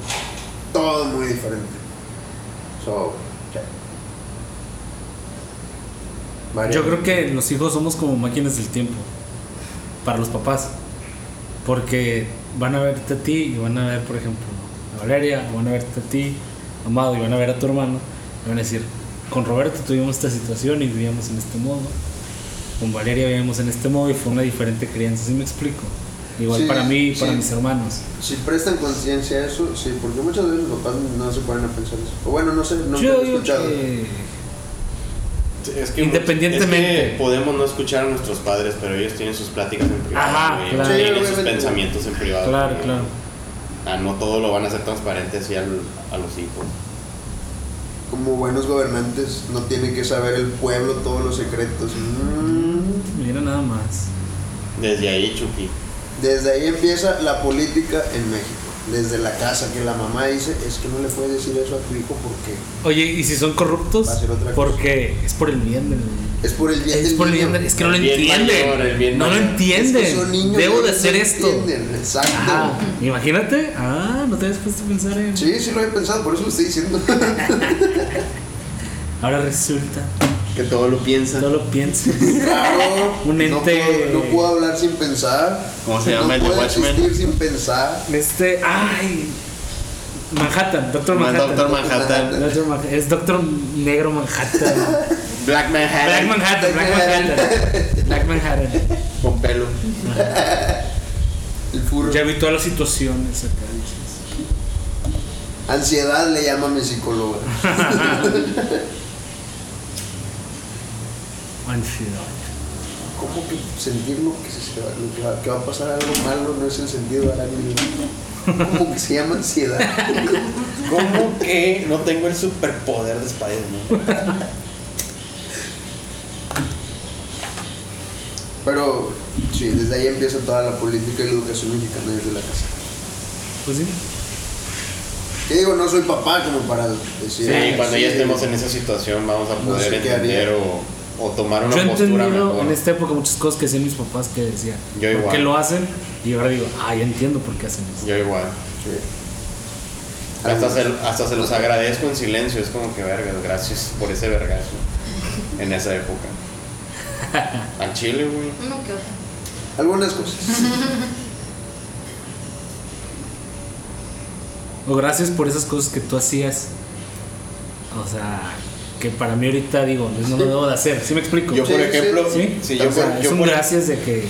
Speaker 1: Todo muy diferente. So, yeah. Varias-
Speaker 3: Yo creo que los hijos somos como máquinas del tiempo para los papás. Porque van a verte a ti y van a ver, por ejemplo, a Valeria, o van a verte a ti, Amado, y van a ver a tu hermano. Y van a decir, con Roberto tuvimos esta situación y vivíamos en este modo. Con Valeria vivíamos en este modo y fue una diferente crianza, ¿sí me explico? Igual
Speaker 1: Sí,
Speaker 3: para mí y para
Speaker 1: sí.
Speaker 3: mis hermanos.
Speaker 1: Si prestan conciencia a eso, sí, porque muchas veces los papás no se ponen a pensar eso. O bueno, no sé, no
Speaker 3: Yo
Speaker 1: lo he
Speaker 3: digo
Speaker 1: escuchado.
Speaker 3: que...
Speaker 2: Es
Speaker 3: Independientemente.
Speaker 2: es que podemos no escuchar a nuestros padres, pero ellos tienen sus pláticas en privado.
Speaker 3: Ajá,
Speaker 2: güey,
Speaker 3: claro.
Speaker 1: Sí,
Speaker 2: Tienen sus
Speaker 1: obviamente.
Speaker 2: pensamientos en privado.
Speaker 3: Claro,
Speaker 2: güey.
Speaker 3: claro.
Speaker 2: Ah, no todo lo van a hacer transparente así al- a los hijos.
Speaker 1: Como buenos gobernantes, no tiene que saber el pueblo todos los secretos. Mm.
Speaker 3: Mira nada más.
Speaker 2: Desde ahí, Chucky.
Speaker 1: Desde ahí empieza la política en México. Desde la casa que la mamá dice, es que no le puedes decir eso a tu hijo porque
Speaker 3: Oye, ¿y si son corruptos?
Speaker 1: Va a ser otra cosa.
Speaker 3: Porque es por el bien del...
Speaker 1: es por el bien
Speaker 3: Es
Speaker 1: del
Speaker 3: por el
Speaker 1: niño.
Speaker 3: bien del- es que no lo
Speaker 2: El bien
Speaker 3: entienden.
Speaker 2: mayor, el bien
Speaker 3: no lo
Speaker 2: mayor.
Speaker 1: Es
Speaker 3: entienden.
Speaker 1: que son niños,
Speaker 3: Debo de
Speaker 1: ellos
Speaker 3: hacer
Speaker 1: no
Speaker 3: esto.
Speaker 1: entienden, Exacto.
Speaker 3: Ah, imagínate. Ah, no te habías puesto a pensar en.
Speaker 1: Sí, sí lo he pensado, por eso lo estoy diciendo.
Speaker 3: Ahora resulta.
Speaker 2: Que todo lo piensan.
Speaker 3: No lo pienses.
Speaker 1: claro.
Speaker 3: Un
Speaker 1: No
Speaker 3: ente-
Speaker 1: puedo, no puedo hablar sin pensar.
Speaker 4: ¿Cómo se llama
Speaker 1: no
Speaker 4: el de
Speaker 1: puedo
Speaker 4: Watchmen?
Speaker 1: existir sin pensar.
Speaker 3: Este. Ay. Manhattan, Doctor
Speaker 4: Más
Speaker 3: Manhattan.
Speaker 4: Doctor Manhattan.
Speaker 3: Doctor Manhattan. Es Doctor Negro Manhattan.
Speaker 4: Black Manhattan.
Speaker 3: Black Manhattan, Black Manhattan. Black Manhattan.
Speaker 2: Con pelo.
Speaker 1: El furro.
Speaker 3: Ya vi todas las situaciones acá. dices.
Speaker 1: Ansiedad le llama a mi psicóloga.
Speaker 3: Ansiedad.
Speaker 1: ¿Cómo que sentir lo que, se- lo que va, que va a pasar algo malo no es el sentido arácnido? ¿Cómo que se llama ansiedad?
Speaker 2: ¿Cómo que no tengo el superpoder de Spider-Man?
Speaker 1: Pero sí, desde ahí empieza toda la política y la educación mexicana desde la casa.
Speaker 3: Pues sí.
Speaker 1: Que digo, no soy papá como para
Speaker 2: Sí,
Speaker 1: decir. "Ah,
Speaker 2: cuando
Speaker 1: sí".
Speaker 2: ya estemos en esa situación vamos a
Speaker 1: No
Speaker 2: poder
Speaker 1: sé qué
Speaker 2: entender
Speaker 1: haría.
Speaker 2: o, o tomar una
Speaker 3: Yo he
Speaker 2: postura
Speaker 3: entendido
Speaker 2: mejor.
Speaker 3: en este esta época muchas cosas que hacían mis papás que decían,
Speaker 2: Yo
Speaker 3: ¿por qué
Speaker 2: igual.
Speaker 3: lo hacen? Y ahora digo, ah, ya entiendo por qué hacen eso.
Speaker 2: Yo igual. Hasta se, hasta se los agradezco en silencio, es como que vergas, gracias por ese vergazo en esa época. Al chile, güey.
Speaker 6: Uno que otro.
Speaker 1: Algunas cosas.
Speaker 3: O gracias por esas cosas que tú hacías. O sea, que para mí ahorita digo, "Pues no lo debo de hacer. ¿Sí me explico?
Speaker 2: Yo, por
Speaker 1: Sí,
Speaker 2: ejemplo,
Speaker 3: ¿Sí?
Speaker 2: sí, yo,
Speaker 3: O sea,
Speaker 2: por-
Speaker 3: es
Speaker 2: yo
Speaker 3: un
Speaker 2: por-
Speaker 3: gracias de que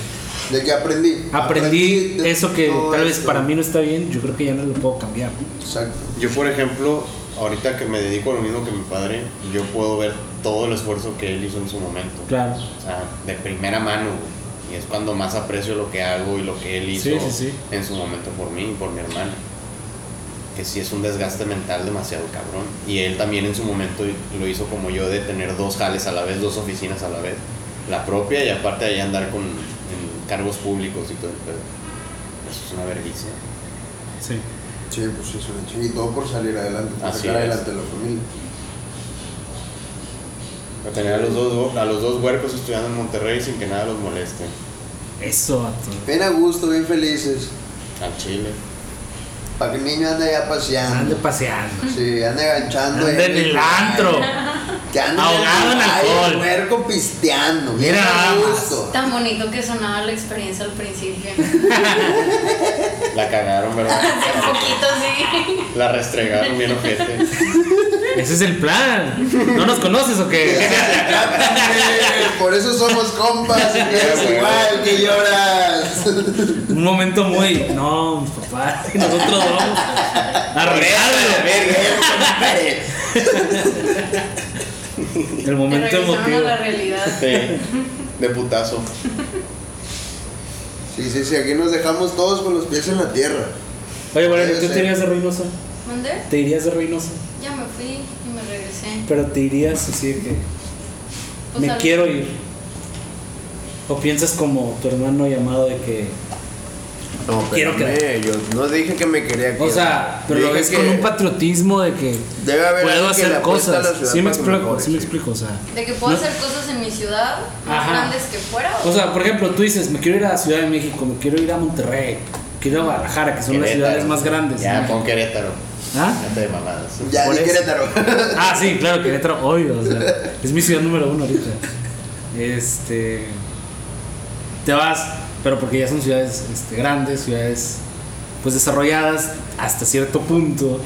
Speaker 1: De que aprendí.
Speaker 3: aprendí,
Speaker 1: de
Speaker 3: eso que
Speaker 1: todo
Speaker 3: tal vez
Speaker 1: esto.
Speaker 3: para mí no está bien, yo creo que ya no lo puedo cambiar.
Speaker 1: Exacto.
Speaker 2: yo, por ejemplo, ahorita que me dedico a lo mismo que mi padre, yo puedo ver todo el esfuerzo que él hizo en su momento.
Speaker 3: Claro.
Speaker 2: O sea, de primera mano, güey. Y es cuando más aprecio lo que hago y lo que él hizo
Speaker 3: Sí, sí, sí.
Speaker 2: en su momento por mí y por mi hermana. Que sí es un desgaste mental demasiado cabrón. Y él también en su momento lo hizo como yo, de tener dos jales a la vez, dos oficinas a la vez. La propia y aparte de ahí andar con en cargos públicos y todo el pedo. Eso es una vergüenza.
Speaker 3: Sí.
Speaker 1: Sí, pues eso es Y todo por salir adelante, por
Speaker 2: Así
Speaker 1: sacar
Speaker 2: es.
Speaker 1: adelante a la familia.
Speaker 2: A tener a los dos, a los dos huercos estudiando en Monterrey sin que nada los moleste.
Speaker 3: Eso, vato.
Speaker 1: Bien a gusto, bien felices.
Speaker 2: Al Chile.
Speaker 1: Para que el niño ande allá
Speaker 3: Ande
Speaker 1: paseando.
Speaker 3: paseando.
Speaker 1: Sí, ande ganchando.
Speaker 3: Ande en el antro.
Speaker 1: Que ande
Speaker 3: Ahogado en
Speaker 1: ay,
Speaker 3: alcohol.
Speaker 1: el puerco pisteando. Bien
Speaker 3: Mira
Speaker 1: a
Speaker 3: nada más.
Speaker 1: gusto.
Speaker 6: Tan bonito que sonaba la experiencia al principio.
Speaker 2: La cagaron, ¿verdad?
Speaker 6: Un poquito sí.
Speaker 2: La restregaron bien ojete.
Speaker 3: Ese es el plan. ¿No nos conoces o qué?
Speaker 1: Por eso somos compas, y que eres igual que lloras.
Speaker 3: Un momento muy. No, mis papás, nosotros vamos a arreglarlo. El momento
Speaker 6: Regresaron a
Speaker 3: emotivo.
Speaker 6: la realidad.
Speaker 2: De putazo.
Speaker 1: Sí, sí, sí, aquí nos dejamos todos con los pies en la tierra.
Speaker 3: Oye, bueno,
Speaker 1: Puede
Speaker 3: ¿tú
Speaker 1: ser.
Speaker 3: te irías de Reynosa?
Speaker 6: ¿Mandé?
Speaker 3: ¿Te irías de Reynosa?
Speaker 6: Ya me fui y me regresé.
Speaker 3: Pero te irías así de que.
Speaker 6: Pues,
Speaker 3: Me
Speaker 6: al-
Speaker 3: quiero ir. O piensas como tu hermano llamado de que.
Speaker 1: No, pero
Speaker 3: Quiero creer.
Speaker 1: Yo no dije que me quería
Speaker 3: O
Speaker 1: quedar.
Speaker 3: sea, pero
Speaker 1: Dije
Speaker 3: lo ves
Speaker 1: que
Speaker 3: con un patriotismo de que
Speaker 1: Debe haber
Speaker 3: puedo
Speaker 1: alguien que le
Speaker 3: hacer
Speaker 1: apuesta a la
Speaker 3: cosas.
Speaker 1: ciudad
Speaker 3: Sí me
Speaker 1: para que
Speaker 3: explico,
Speaker 1: mejore,
Speaker 3: sí me
Speaker 1: sí.
Speaker 3: explico, o sea.
Speaker 6: De que puedo
Speaker 3: No.
Speaker 6: hacer cosas en mi ciudad, más
Speaker 3: Ajá.
Speaker 6: grandes que fuera.
Speaker 3: O sea, por ejemplo, tú dices, me quiero ir a Ciudad de México, me quiero ir a Monterrey, quiero ir a Guadalajara, que son las ciudades más grandes.
Speaker 2: Ya, pon Querétaro.
Speaker 3: ¿Ah?
Speaker 2: Gente de mamadas.
Speaker 1: Ya,
Speaker 3: Por
Speaker 1: ni
Speaker 3: eso.
Speaker 1: Querétaro.
Speaker 3: Ah, sí, claro, Querétaro, obvio. O sea, es mi ciudad número uno ahorita. Este. Te vas, pero porque ya son ciudades este, grandes, ciudades pues desarrolladas hasta cierto punto.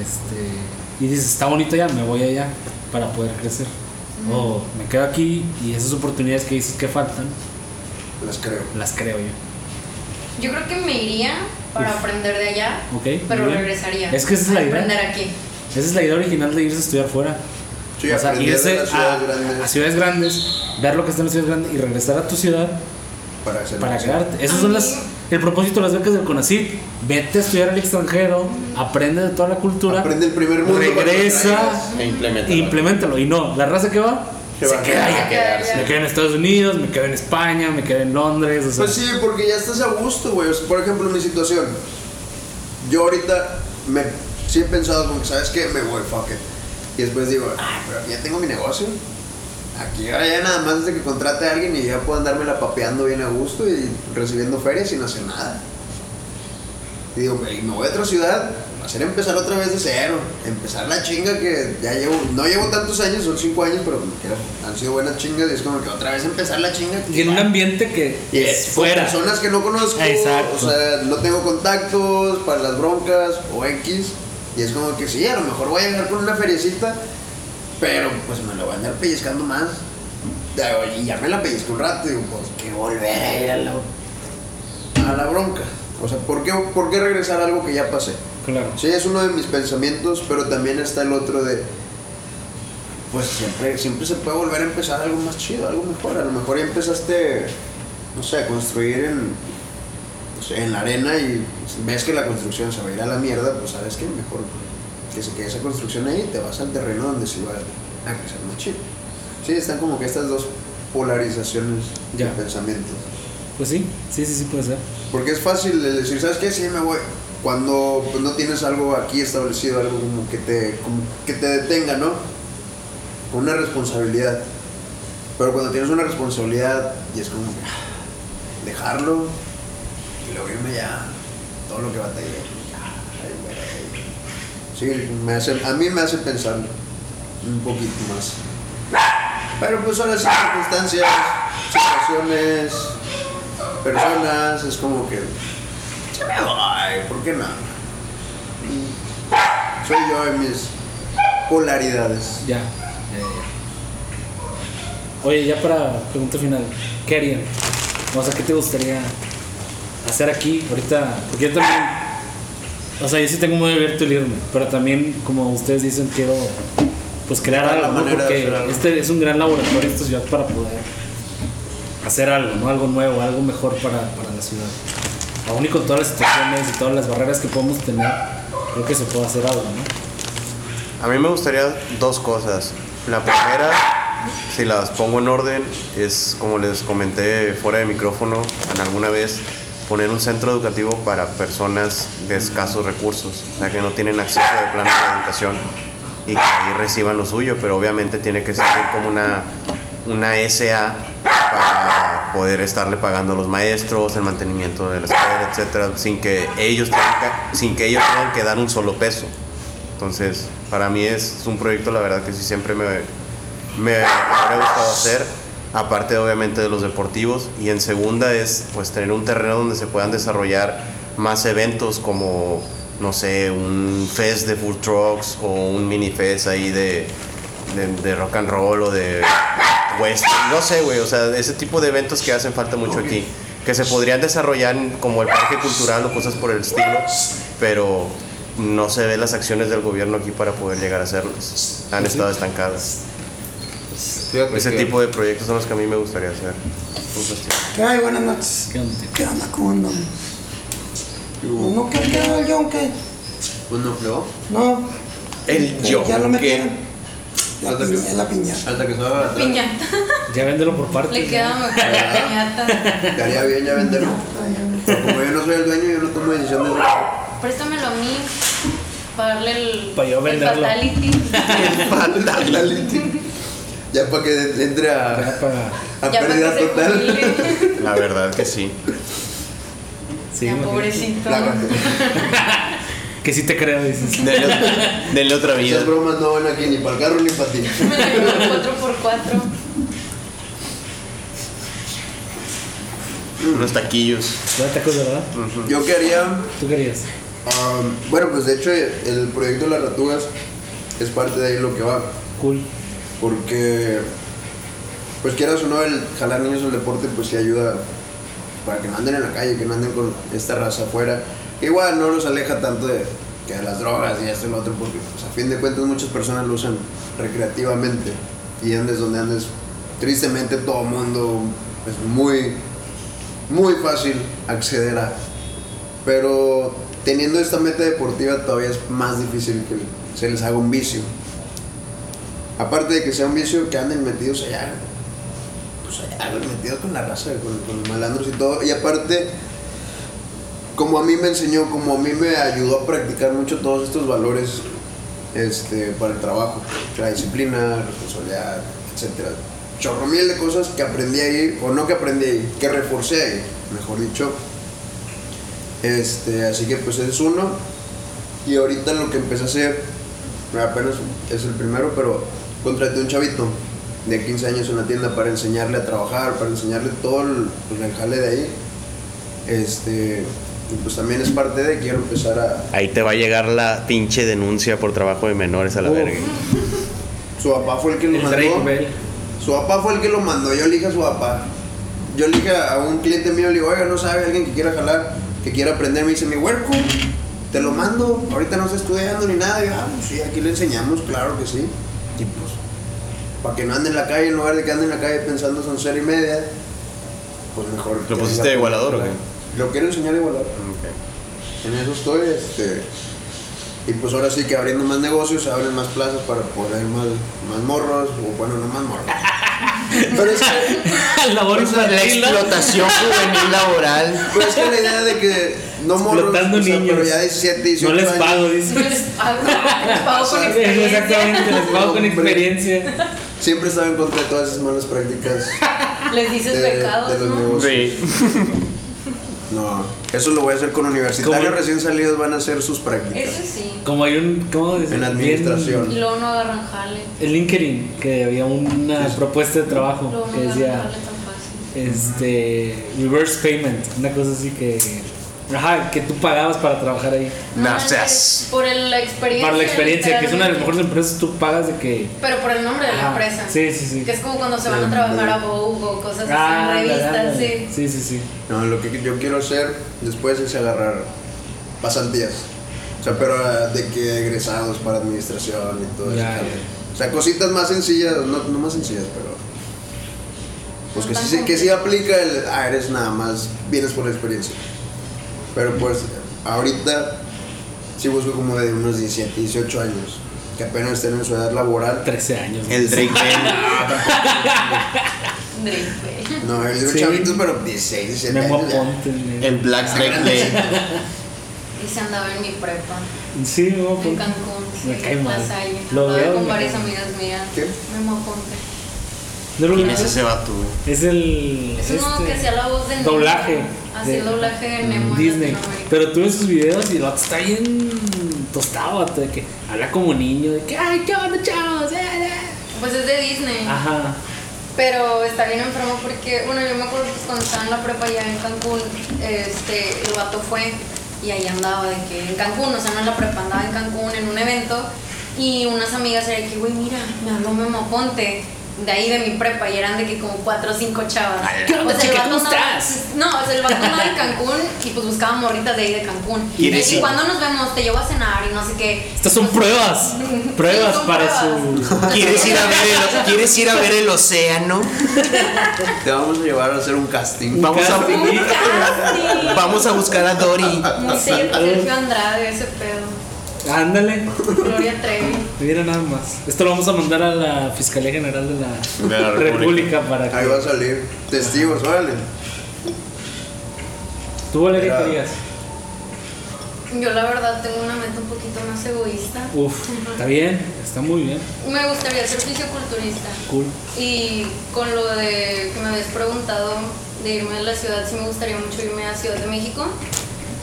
Speaker 3: Este. Y dices, está bonito ya, me voy allá para poder crecer. O me quedo aquí y esas oportunidades que dices que faltan,
Speaker 1: Las creo.
Speaker 3: las creo yo.
Speaker 6: Yo creo que me iría para aprender de allá,
Speaker 3: Ok, muy
Speaker 6: pero
Speaker 3: bien.
Speaker 6: regresaría.
Speaker 3: Es que esa es la
Speaker 6: a
Speaker 3: idea.
Speaker 6: Aprender aquí.
Speaker 3: Esa es la idea original de irse a estudiar fuera.
Speaker 1: Sí,
Speaker 3: o sea,
Speaker 1: aprender de
Speaker 3: irse
Speaker 1: las
Speaker 3: a,
Speaker 1: ciudades grandes.
Speaker 3: a ciudades grandes, ver lo que está en las ciudades grandes y regresar a tu ciudad
Speaker 1: Para hacer
Speaker 3: para quedarte. Esos
Speaker 6: A
Speaker 3: son
Speaker 6: mí-
Speaker 3: las el propósito de las becas del CONACYT. Vete a estudiar al extranjero, aprende de toda la cultura,
Speaker 1: Aprende el primer mundo para que
Speaker 3: regresa,
Speaker 2: E implementa.
Speaker 3: implementalo y no, la raza que va
Speaker 1: Se
Speaker 3: se
Speaker 1: va a
Speaker 3: queda
Speaker 1: quedar.
Speaker 3: allá. Me quedo en Estados Unidos, me quedo en España, me quedo en Londres, o sea,
Speaker 1: Pues sí, porque ya estás a gusto, güey. O sea, por ejemplo, mi situación. Yo ahorita me, sí he pensado como, que, ¿sabes qué? Me voy, fuck it. Y después digo, ah, pero aquí ya tengo mi negocio. Aquí ahora ya nada más es de que contrate a alguien y ya puedo andármela papeando bien a gusto y recibiendo ferias sin hacer nada. Y digo, "Güey, me voy a otra ciudad, va a ser empezar otra vez de cero. Empezar la chinga que ya llevo, no llevo tantos años, son cinco años, pero como quiera, han sido buenas chingas y es como que otra vez empezar la chinga.
Speaker 3: y en un ambiente que
Speaker 1: Yes, con
Speaker 3: fuera.
Speaker 1: Eh, personas que no conozco,
Speaker 3: Exacto.
Speaker 1: o sea, no tengo contactos para las broncas o X. Y es como que sí, a lo mejor voy a llegar con una feriecita, pero pues me la voy a andar pellizcando más. Ya, oye, Y ya me la pellizco un rato y digo, pues que volver a ir a la, a la bronca. O sea, ¿por qué, ¿por qué regresar a algo que ya pasé?
Speaker 3: Claro.
Speaker 1: Sí, es uno de mis pensamientos, pero también está el otro de. Pues siempre, siempre se puede volver a empezar algo más chido, algo mejor. A lo mejor ya empezaste, no sé, a construir en, no sé, en la arena y ves que la construcción se va a ir a la mierda, pues sabes que mejor que se quede esa construcción ahí y te vas al terreno donde se va a crecer más chido. Sí, están como que estas dos polarizaciones de
Speaker 3: Ya.
Speaker 1: pensamientos.
Speaker 3: Pues sí, sí, sí, sí puede ser.
Speaker 1: Porque es fácil el decir, ¿sabes qué? Sí, me voy. Cuando pues, no tienes algo aquí establecido, algo como que te, como que te detenga, ¿no? Con Una responsabilidad. Pero cuando tienes una responsabilidad y es como que, ah, dejarlo y luego irme ya todo lo que va a tener. Sí, me hace, a mí me hace pensar un poquito más. Pero pues ahora sí, circunstancias, situaciones, personas, es como que. "Ya me voy, ¿por qué no? Mm, Soy yo en mis polaridades.
Speaker 3: Ya. Oye, ya para pregunta final, ¿qué harían? O sea, ¿qué te gustaría hacer aquí ahorita? Porque yo también, o sea, yo sí tengo muy abierto el irme, pero también, como ustedes dicen, quiero pues crear
Speaker 1: Buscar la
Speaker 3: algo, ¿no?
Speaker 1: manera de
Speaker 3: porque
Speaker 1: hacer algo.
Speaker 3: este es un gran laboratorio esta ciudad para poder hacer algo, ¿no? Algo nuevo, algo mejor para, para la ciudad. Aún y con todas las situaciones y todas las barreras que podemos tener, creo que se puede hacer algo, ¿no?
Speaker 2: A mí me gustaría dos cosas. La primera, si las pongo en orden, es como les comenté fuera de micrófono en alguna vez, poner un centro educativo para personas de escasos recursos, o sea, que no tienen acceso de plano a la educación y que ahí reciban lo suyo, pero obviamente tiene que servir como una, una SA para poder estarle pagando a los maestros, el mantenimiento de la escuela, etcétera, sin que ellos tengan que- sin que ellos tengan que dar un solo peso. Entonces, para mí es un proyecto, la verdad, que sí siempre me, me habría gustado hacer, aparte obviamente de los deportivos. Y en segunda es pues tener un terreno donde se puedan desarrollar más eventos como
Speaker 4: no sé, un fest de food trucks o un mini fest ahí de, de, de rock and roll o de western. Pues, No sé, güey, o sea, ese tipo de eventos que hacen falta mucho aquí. Que se podrían desarrollar en- como el parque cultural o cosas por el estilo, pero no se ven las acciones del gobierno aquí para poder llegar a hacerlas. Han estado estancadas.
Speaker 2: Fíjate
Speaker 1: Pues
Speaker 4: Ese
Speaker 2: que-
Speaker 4: tipo de proyectos son los que a mí me gustaría hacer.
Speaker 8: ¿Qué hay? Buenas noches.
Speaker 3: ¿Qué onda?
Speaker 8: ¿Qué onda? ¿Cómo andamos? ¿No qué quedó el John qué?
Speaker 1: Pues no flow.
Speaker 8: No.
Speaker 2: El
Speaker 8: Ya lo
Speaker 2: John,
Speaker 8: metieron.
Speaker 2: que
Speaker 8: La
Speaker 1: Ándale.
Speaker 8: piña, la piñata.
Speaker 1: Hasta que salga la tarde.
Speaker 6: Piñata.
Speaker 3: Ya véndelo por partes.
Speaker 6: Le queda mejor la piñata.
Speaker 1: Estaría bien ya venderlo. Pero como yo no soy el dueño, yo no tomo decisión de nada.
Speaker 6: Préstamelo a mí. Para darle el.
Speaker 3: Pa' yo
Speaker 6: el
Speaker 3: venderlo.
Speaker 6: fatality.
Speaker 1: Mandala, Leti. Ya para que entre a,
Speaker 3: Ya para-
Speaker 1: a
Speaker 6: Ya para
Speaker 1: pérdida
Speaker 6: que se
Speaker 1: total.
Speaker 6: jubile.
Speaker 4: La verdad que sí.
Speaker 3: Sí,
Speaker 6: Ya,
Speaker 3: imagínate.
Speaker 6: pobrecito.
Speaker 1: La-
Speaker 3: Que sí te creo, dices.
Speaker 4: Denle, denle otra vida.
Speaker 1: Esas bromas no van aquí ni para el carro ni para ti.
Speaker 6: Me la llevo 4x4.
Speaker 4: Unos taquillos.
Speaker 3: Ya te acuerdas, ¿verdad?
Speaker 1: Yo quería
Speaker 3: ¿Tú querías?
Speaker 1: Um, bueno, pues de hecho el proyecto de las ratugas es parte de ahí lo que va,
Speaker 3: Cool.
Speaker 1: porque pues quieras o no, el jalar niños al deporte pues sí ayuda para que no anden en la calle, que no anden con esta raza afuera. Igual no los aleja tanto de que de las drogas y esto y lo otro, porque pues, a fin de cuentas muchas personas lo usan recreativamente y andes donde andes, tristemente todo mundo es muy, muy fácil acceder a pero teniendo esta meta deportiva todavía es más difícil que se les haga un vicio. Aparte de que sea un vicio que anden metidos allá, pues allá, güey, metidos con la raza, con, con los malandros y todo. Y aparte, como a mí me enseñó, como a mí me ayudó a practicar mucho todos estos valores este, para el trabajo, la disciplina, responsabilidad, etcétera. Chorro mil de cosas que aprendí ahí, o no que aprendí ahí, que reforcé ahí, mejor dicho. Este, así que pues es uno. Y ahorita lo que empecé a hacer, apenas es el primero, pero contraté un chavito de 15 años en la tienda para enseñarle a trabajar, para enseñarle todo el, pues, el jale de ahí. Este, y pues también es parte de quiero empezar a
Speaker 4: Ahí te va a llegar la pinche denuncia por trabajo de menores a la
Speaker 3: Uf.
Speaker 4: verga.
Speaker 1: su papá fue el que lo
Speaker 3: El Drake
Speaker 1: mandó.
Speaker 3: Bell.
Speaker 1: Su papá fue el que lo mandó, yo le dije a su papá. Yo le dije a un cliente mío, le digo, oiga, no sabe alguien que quiera jalar, que quiera aprender. Me dice, mi huerco, te lo mando, ahorita no está estudiando ni nada. Y yo, ah, pues sí, aquí le enseñamos, claro que sí. Y pues, para que no ande en la calle, en lugar de que ande en la calle pensando son cero y media, pues mejor.
Speaker 4: ¿Lo
Speaker 1: que
Speaker 4: pusiste
Speaker 1: la-
Speaker 4: de igualador o qué?
Speaker 1: Lo quiero enseñar de igualador. En eso estoy, este. Y pues ahora sí que abriendo más negocios, se abren más plazas para poner más, más morros, o bueno, no más morros. Pero es que
Speaker 3: Labor infantil, ¿no?
Speaker 4: explotación juvenil laboral.
Speaker 1: Pues es que la idea de que no morros,
Speaker 3: Explotando
Speaker 1: o sea,
Speaker 3: niños.
Speaker 1: pero ya 17, 18
Speaker 3: No les
Speaker 1: años,
Speaker 3: pago,
Speaker 6: Eso
Speaker 3: dice.
Speaker 6: Les pago, les pago con experiencia.
Speaker 3: Exactamente, les pago con
Speaker 1: Hombre.
Speaker 3: experiencia.
Speaker 1: Siempre estaba en contra de todas esas malas prácticas
Speaker 6: Les
Speaker 1: de,
Speaker 6: dices
Speaker 1: de
Speaker 6: pecados,
Speaker 1: los
Speaker 6: ¿no?
Speaker 1: negocios.
Speaker 4: Sí.
Speaker 1: No, eso lo voy a hacer con universitarios
Speaker 3: ¿Cómo?
Speaker 1: recién salidos, van a hacer sus
Speaker 6: Eso
Speaker 1: prácticas.
Speaker 6: sí.
Speaker 3: Como hay un. ¿Cómo decir?
Speaker 1: En administración.
Speaker 6: Y luego no agarran jale.
Speaker 3: En LinkedIn, que había una propuesta de trabajo
Speaker 6: Luego no
Speaker 3: que
Speaker 6: agarran
Speaker 3: decía.
Speaker 6: jale tan fácil.
Speaker 3: este reverse payment, una cosa así que ajá, que tú pagabas para trabajar ahí.
Speaker 4: No
Speaker 6: manches,
Speaker 4: seas-
Speaker 6: Por el- la experiencia.
Speaker 3: Para la experiencia, que es una de las
Speaker 6: literalmente.
Speaker 3: mejores empresas, tú pagas de que
Speaker 6: Pero por el nombre de la
Speaker 3: Ajá,
Speaker 6: empresa.
Speaker 3: sí, sí, sí.
Speaker 6: Que es como cuando se van a trabajar a Vogue o cosas así
Speaker 3: Ah,
Speaker 6: en revistas,
Speaker 3: ándale,
Speaker 6: sí.
Speaker 3: sí, sí, sí.
Speaker 1: No, lo que yo quiero hacer después es agarrar pasantías. O sea, pero ah, de que egresados para administración y todo eso.
Speaker 3: Ya, ya.
Speaker 1: O sea, cositas más sencillas, no, no más sencillas, pero. Pues que sí, se- que sí aplica el. Ah, eres nada más, vienes por la experiencia. Pero pues, ahorita sí busco como de unos 17, 18 años, que apenas estén en su edad laboral.
Speaker 3: 13 años.
Speaker 4: El Drake Bell.
Speaker 6: Drake.
Speaker 1: No, yo digo
Speaker 3: Sí.
Speaker 1: chavitos, pero 16, 17
Speaker 3: Memo
Speaker 1: años. ya.
Speaker 3: Aponte, ne-
Speaker 4: El Black Drake Bell.
Speaker 6: Y se andaba en mi prepa.
Speaker 3: Sí, Memo
Speaker 6: En
Speaker 3: Aponte.
Speaker 6: Cancún, sí,
Speaker 3: Me cae
Speaker 6: en
Speaker 3: mal.
Speaker 6: la Salle.
Speaker 3: Lo
Speaker 6: Andaba
Speaker 3: veo,
Speaker 6: con
Speaker 3: me
Speaker 6: varias
Speaker 3: cae
Speaker 6: amigas mías.
Speaker 1: ¿Qué?
Speaker 6: Memo Conte.
Speaker 3: No lo
Speaker 4: ¿Quién
Speaker 3: vi.
Speaker 4: es ese vato?
Speaker 3: Es el
Speaker 6: Es uno
Speaker 3: este,
Speaker 6: que hacía la voz de Nemo.
Speaker 3: doblaje
Speaker 6: Hacía el
Speaker 3: de-
Speaker 6: doblaje de Nemo. en
Speaker 3: Disney.
Speaker 6: Latinoamérica.
Speaker 3: Pero tú ves sus videos y el vato está bien tostado, vato, de que habla como niño, de que ay, qué onda, chavos. Eh, eh".
Speaker 6: Pues es de Disney.
Speaker 3: Ajá.
Speaker 6: Pero está bien enfermo porque, bueno, yo me acuerdo pues, cuando estaba en la prepa allá en Cancún, este, el vato fue y ahí andaba de que en Cancún, o sea, no en la prepa, andaba en Cancún en un evento y unas amigas eran de que, güey, mira, me habló Memo Ponte de ahí de mi prepa y eran de que como cuatro o cinco chavas.
Speaker 4: Ay,
Speaker 3: ¿qué onda,
Speaker 6: el
Speaker 3: chica?
Speaker 6: vato
Speaker 3: ¿Cómo
Speaker 6: andaba- pues,
Speaker 3: estás?
Speaker 6: No, o sea, el vato andaba en Cancún y pues buscaba morritas de ahí de Cancún. Y,
Speaker 4: ¿Quién es
Speaker 6: y
Speaker 4: él?
Speaker 6: cuando nos vemos, te llevo a cenar y no sé qué.
Speaker 3: Estas son pruebas. Pruebas
Speaker 6: Sí, son
Speaker 3: para
Speaker 6: pruebas.
Speaker 3: su.
Speaker 8: ¿Quieres ir, a ver el, ¿Quieres ir a ver el océano?
Speaker 1: Te vamos a llevar a hacer un casting.
Speaker 8: Vamos a,
Speaker 6: Un casting.
Speaker 8: vamos a buscar a Dory.
Speaker 6: Muy serio, Sergio Andrade, ese pedo.
Speaker 3: Ándale.
Speaker 6: Gloria Trevi.
Speaker 3: Mira nada más. Esto lo vamos a mandar a la Fiscalía General de la,
Speaker 4: De la
Speaker 3: República.
Speaker 4: República.
Speaker 3: para
Speaker 1: Ahí va a
Speaker 3: que.
Speaker 1: salir. Testigos, órale.
Speaker 3: ¿Tú, Valeria,
Speaker 1: Mira.
Speaker 3: qué digas?
Speaker 6: Yo la verdad tengo una meta un poquito más egoísta.
Speaker 3: Uf, está bien, está muy bien.
Speaker 6: Me gustaría ser fisioculturista.
Speaker 3: Cool.
Speaker 6: Y con lo de que me habías preguntado de irme a la ciudad, sí me gustaría mucho irme a Ciudad de México,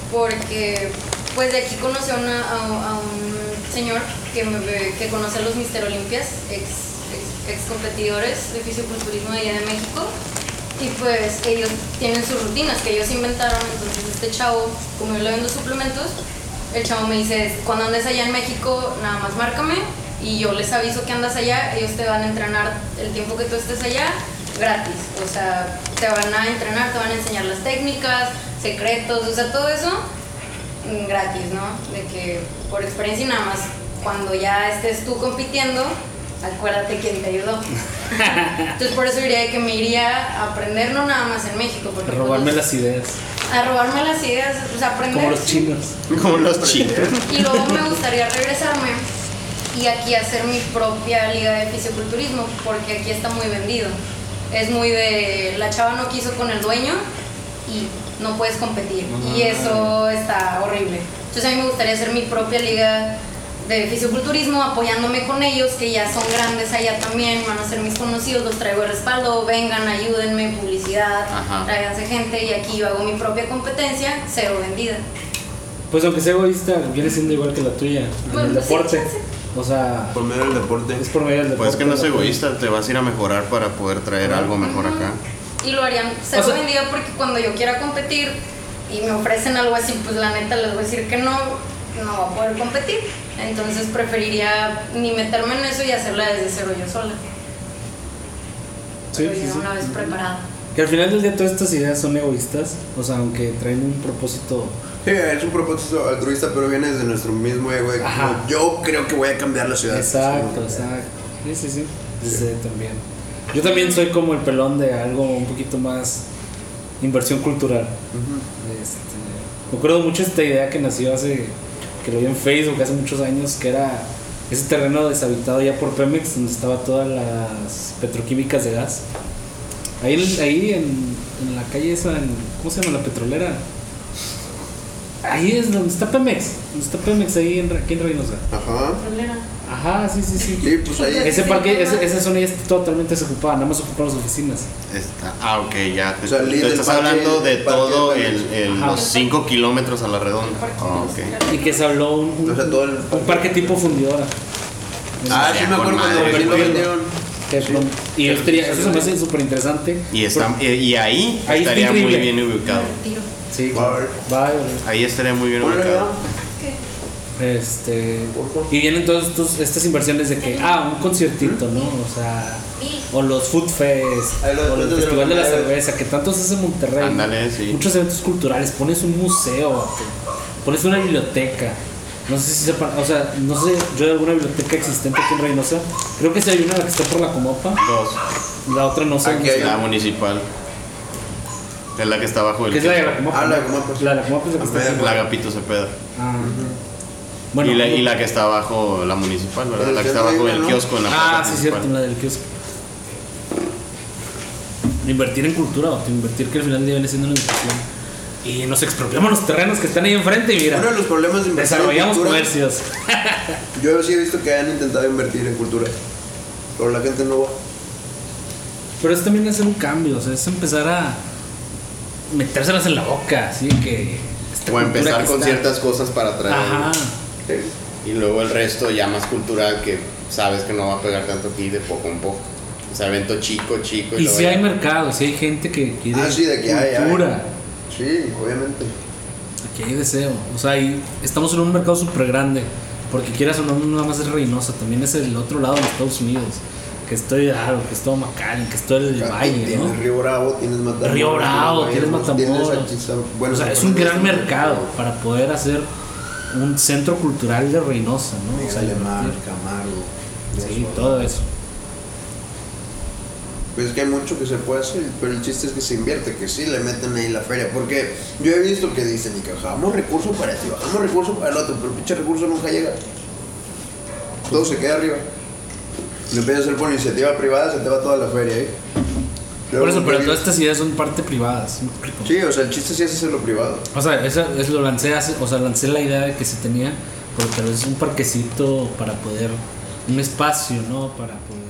Speaker 6: porque pues de aquí conocí a, una- a- a un señor que, me, que conoce a los Mister Olimpias, ex, ex- ex competidores de fisiculturismo de allá de México. Y pues ellos tienen sus rutinas que ellos inventaron, entonces este chavo, como yo le vendo suplementos, el chavo me dice, cuando andes allá en México, nada más márcame y yo les aviso que andas allá, ellos te van a entrenar el tiempo que tú estés allá gratis. O sea, te van a entrenar, te van a enseñar las técnicas, secretos, o sea, todo eso mm, gratis, ¿no? De que por experiencia y nada más, cuando ya estés tú compitiendo, acuérdate quién te ayudó. Entonces por eso diría de que me iría a aprender no nada más en México, porque
Speaker 3: Robarme
Speaker 6: pues,
Speaker 3: las ideas.
Speaker 6: a robarme las ideas, o sea, aprender
Speaker 3: Como los chinos.
Speaker 4: Como los chinos.
Speaker 6: y luego me gustaría regresarme y aquí hacer mi propia liga de fisiculturismo, porque aquí está muy vendido. Es muy de la chava no quiso con el dueño y no puedes competir. Y eso está horrible. Entonces a mí me gustaría hacer mi propia liga de fisiculturismo apoyándome con ellos que ya son grandes allá también, van a ser mis conocidos, los traigo de respaldo, vengan, ayúdenme, publicidad,
Speaker 4: Ajá.
Speaker 6: tráiganse gente y aquí yo hago mi propia competencia, cero vendida.
Speaker 3: Pues aunque sea egoísta, viene siendo igual que la tuya. En
Speaker 6: Bueno,
Speaker 3: el
Speaker 6: pues sí,
Speaker 3: deporte.
Speaker 6: chance.
Speaker 3: O sea,
Speaker 1: Por medio del deporte.
Speaker 3: es por medio del deporte.
Speaker 4: Pues es que no es
Speaker 3: la-
Speaker 4: egoísta, te vas a ir a mejorar para poder traer algo mejor acá.
Speaker 6: Y lo harían ser
Speaker 3: O sea-
Speaker 6: vendida porque cuando yo quiera competir y me ofrecen algo así, pues la neta les voy a decir que no, no va a poder competir. Entonces preferiría ni meterme en eso y hacerla desde cero yo sola.
Speaker 3: Sí,
Speaker 6: Pero
Speaker 3: sí,
Speaker 6: ya
Speaker 3: sí.
Speaker 6: una vez preparada.
Speaker 3: Que al final del día todas estas ideas son egoístas. O sea, aunque traen un propósito.
Speaker 1: Sí, es un propósito altruista, pero viene desde nuestro mismo ego. de como,
Speaker 3: Ajá.
Speaker 1: yo creo que voy a cambiar la ciudad.
Speaker 3: Exacto, exacto. Sí, sí, sí. Desde también. Yo también soy como el pelón de algo un poquito más inversión cultural. Este, me acuerdo mucho esta idea que nació hace, que lo vi en Facebook hace muchos años, que era ese terreno deshabitado ya por Pemex, donde estaba todas las petroquímicas de gas. Ahí, en- ahí en, en la calle esa, en- ¿cómo se llama? La petrolera. Ahí es donde está Pemex, donde está Pemex, ahí en, Re- aquí en Reynosa.
Speaker 1: Ajá.
Speaker 3: Ajá, sí, sí, sí.
Speaker 1: Sí, pues ahí.
Speaker 3: Ese parque, ese- esa zona ya está totalmente desocupada, nada más ocupan las oficinas.
Speaker 4: Está- ah, ok, ya. Te,
Speaker 1: O sea,
Speaker 4: tú
Speaker 1: líder
Speaker 4: estás
Speaker 1: parque-
Speaker 4: hablando de
Speaker 1: parque
Speaker 4: todo
Speaker 1: de
Speaker 4: el, el-
Speaker 3: Ajá.
Speaker 4: los 5 kilómetros a la redonda. Ah, ok.
Speaker 3: Y que se habló un, un,
Speaker 1: O sea, todo el-
Speaker 3: un parque tipo fundidora.
Speaker 1: Ah, sí, me acuerdo cuando
Speaker 4: Con
Speaker 1: sí lo
Speaker 3: madre.
Speaker 1: vendieron.
Speaker 3: Que lo- Y yo estaría- eso se me hace súper interesante.
Speaker 4: Y, está, y, y ahí,
Speaker 3: Ahí está
Speaker 4: estaría muy
Speaker 3: increíble.
Speaker 4: bien ubicado.
Speaker 6: Tiro.
Speaker 3: Sí,
Speaker 1: Va a
Speaker 3: claro.
Speaker 1: haber.
Speaker 3: Va a haber.
Speaker 4: Ahí estaría muy bien
Speaker 1: Ponle,
Speaker 4: ubicado.
Speaker 3: Este, y vienen todas estos- estas inversiones de que, ah, un conciertito, ¿no? O sea, o los food fest,
Speaker 1: Ahí los
Speaker 3: o el
Speaker 1: eventos de
Speaker 3: festival de la
Speaker 1: Monterrey.
Speaker 3: cerveza, que tanto se hace en Monterrey.
Speaker 4: Ándale, sí.
Speaker 3: Muchos eventos culturales, pones un museo, vato, pones una biblioteca. No sé si sepan, o sea, no sé, yo de alguna biblioteca existente aquí en Reynosa, creo que si hay una la que está por la Comopa,
Speaker 4: Dos.
Speaker 3: la otra no sé.
Speaker 1: Aquí
Speaker 3: dónde
Speaker 1: hay
Speaker 3: está.
Speaker 4: La municipal. Que es la que está abajo del.
Speaker 3: ¿Qué es la de la
Speaker 4: kiosco.
Speaker 3: Comopa?
Speaker 1: Ah, la de Comopa, sí.
Speaker 3: La de la Comopa es la que
Speaker 1: Ah,
Speaker 3: está.
Speaker 4: la Agapito Cepeda.
Speaker 3: Ah.
Speaker 4: y, la, y
Speaker 3: no-
Speaker 4: la que está abajo, la municipal, ¿verdad?
Speaker 1: Pero
Speaker 4: La que
Speaker 1: es
Speaker 4: está
Speaker 1: que
Speaker 4: abajo
Speaker 1: arriba,
Speaker 4: del
Speaker 1: ¿no?
Speaker 4: kiosco en la
Speaker 3: Ah,
Speaker 4: plaza
Speaker 3: sí,
Speaker 4: principal.
Speaker 3: cierto, en la del kiosco. Invertir en cultura, o invertir que al final del día viene siendo una educación. Y nos expropiamos los terrenos que están ahí enfrente y
Speaker 1: Uno
Speaker 3: mira,
Speaker 1: de los problemas de invertir en
Speaker 3: desarrollamos
Speaker 1: cultura.
Speaker 3: comercios.
Speaker 1: Yo sí he visto que han intentado invertir en cultura. Pero la gente no va.
Speaker 3: Pero es también hacer un cambio, o sea, es empezar a metérselas en la boca, así que. esta
Speaker 2: O
Speaker 3: cultura
Speaker 2: empezar
Speaker 3: que
Speaker 2: con
Speaker 3: está-
Speaker 2: ciertas cosas para traer.
Speaker 3: Ajá.
Speaker 2: Y luego el resto ya más cultural que sabes que no va a pegar tanto aquí de poco en poco. O sea, evento chico, chico.
Speaker 3: Y
Speaker 2: luego
Speaker 3: si
Speaker 2: ya-
Speaker 3: hay mercado, si hay gente que quiere
Speaker 1: Ah, sí, de que hay, hay.
Speaker 3: cultura.
Speaker 1: Sí, obviamente.
Speaker 3: Aquí hay deseo. O sea, ahí estamos en un mercado súper grande. Porque quieras o no, no nada más es Reynosa. También es el otro lado de Estados Unidos. Que es Toridaro, que es todo Macallen, que es todo el Valle,
Speaker 1: tienes
Speaker 3: ¿no?
Speaker 1: Río Bravo, tienes Matamoros.
Speaker 3: Río Bravo, tienes Matamoros.
Speaker 1: Bueno,
Speaker 3: o sea, es un gran mercado para poder hacer un centro cultural de Reynosa, ¿no? O sea,
Speaker 1: Alemán,
Speaker 3: invertir.
Speaker 1: Camargo.
Speaker 3: Sí,
Speaker 1: Osorno.
Speaker 3: todo eso.
Speaker 1: Pues es que hay mucho que se puede hacer, pero el chiste es que se invierte, que sí le meten ahí la feria. Porque yo he visto que dicen, y que bajamos recursos para ti, bajamos recursos para el otro, pero el pinche recurso nunca llega. Todo se queda arriba. Lo empiezas a hacer por iniciativa privada, se te va toda la feria ahí.
Speaker 3: Por eso, pero todas
Speaker 1: entonces
Speaker 3: estas ideas son parte privadas. ¿me explico?
Speaker 1: Sí, o sea, el chiste sí es hacerlo privado.
Speaker 3: O sea, eso, eso lo lancé, hace- o sea, lancé la idea de que se tenía, porque tal vez un parquecito para poder, un espacio, ¿no? Para poder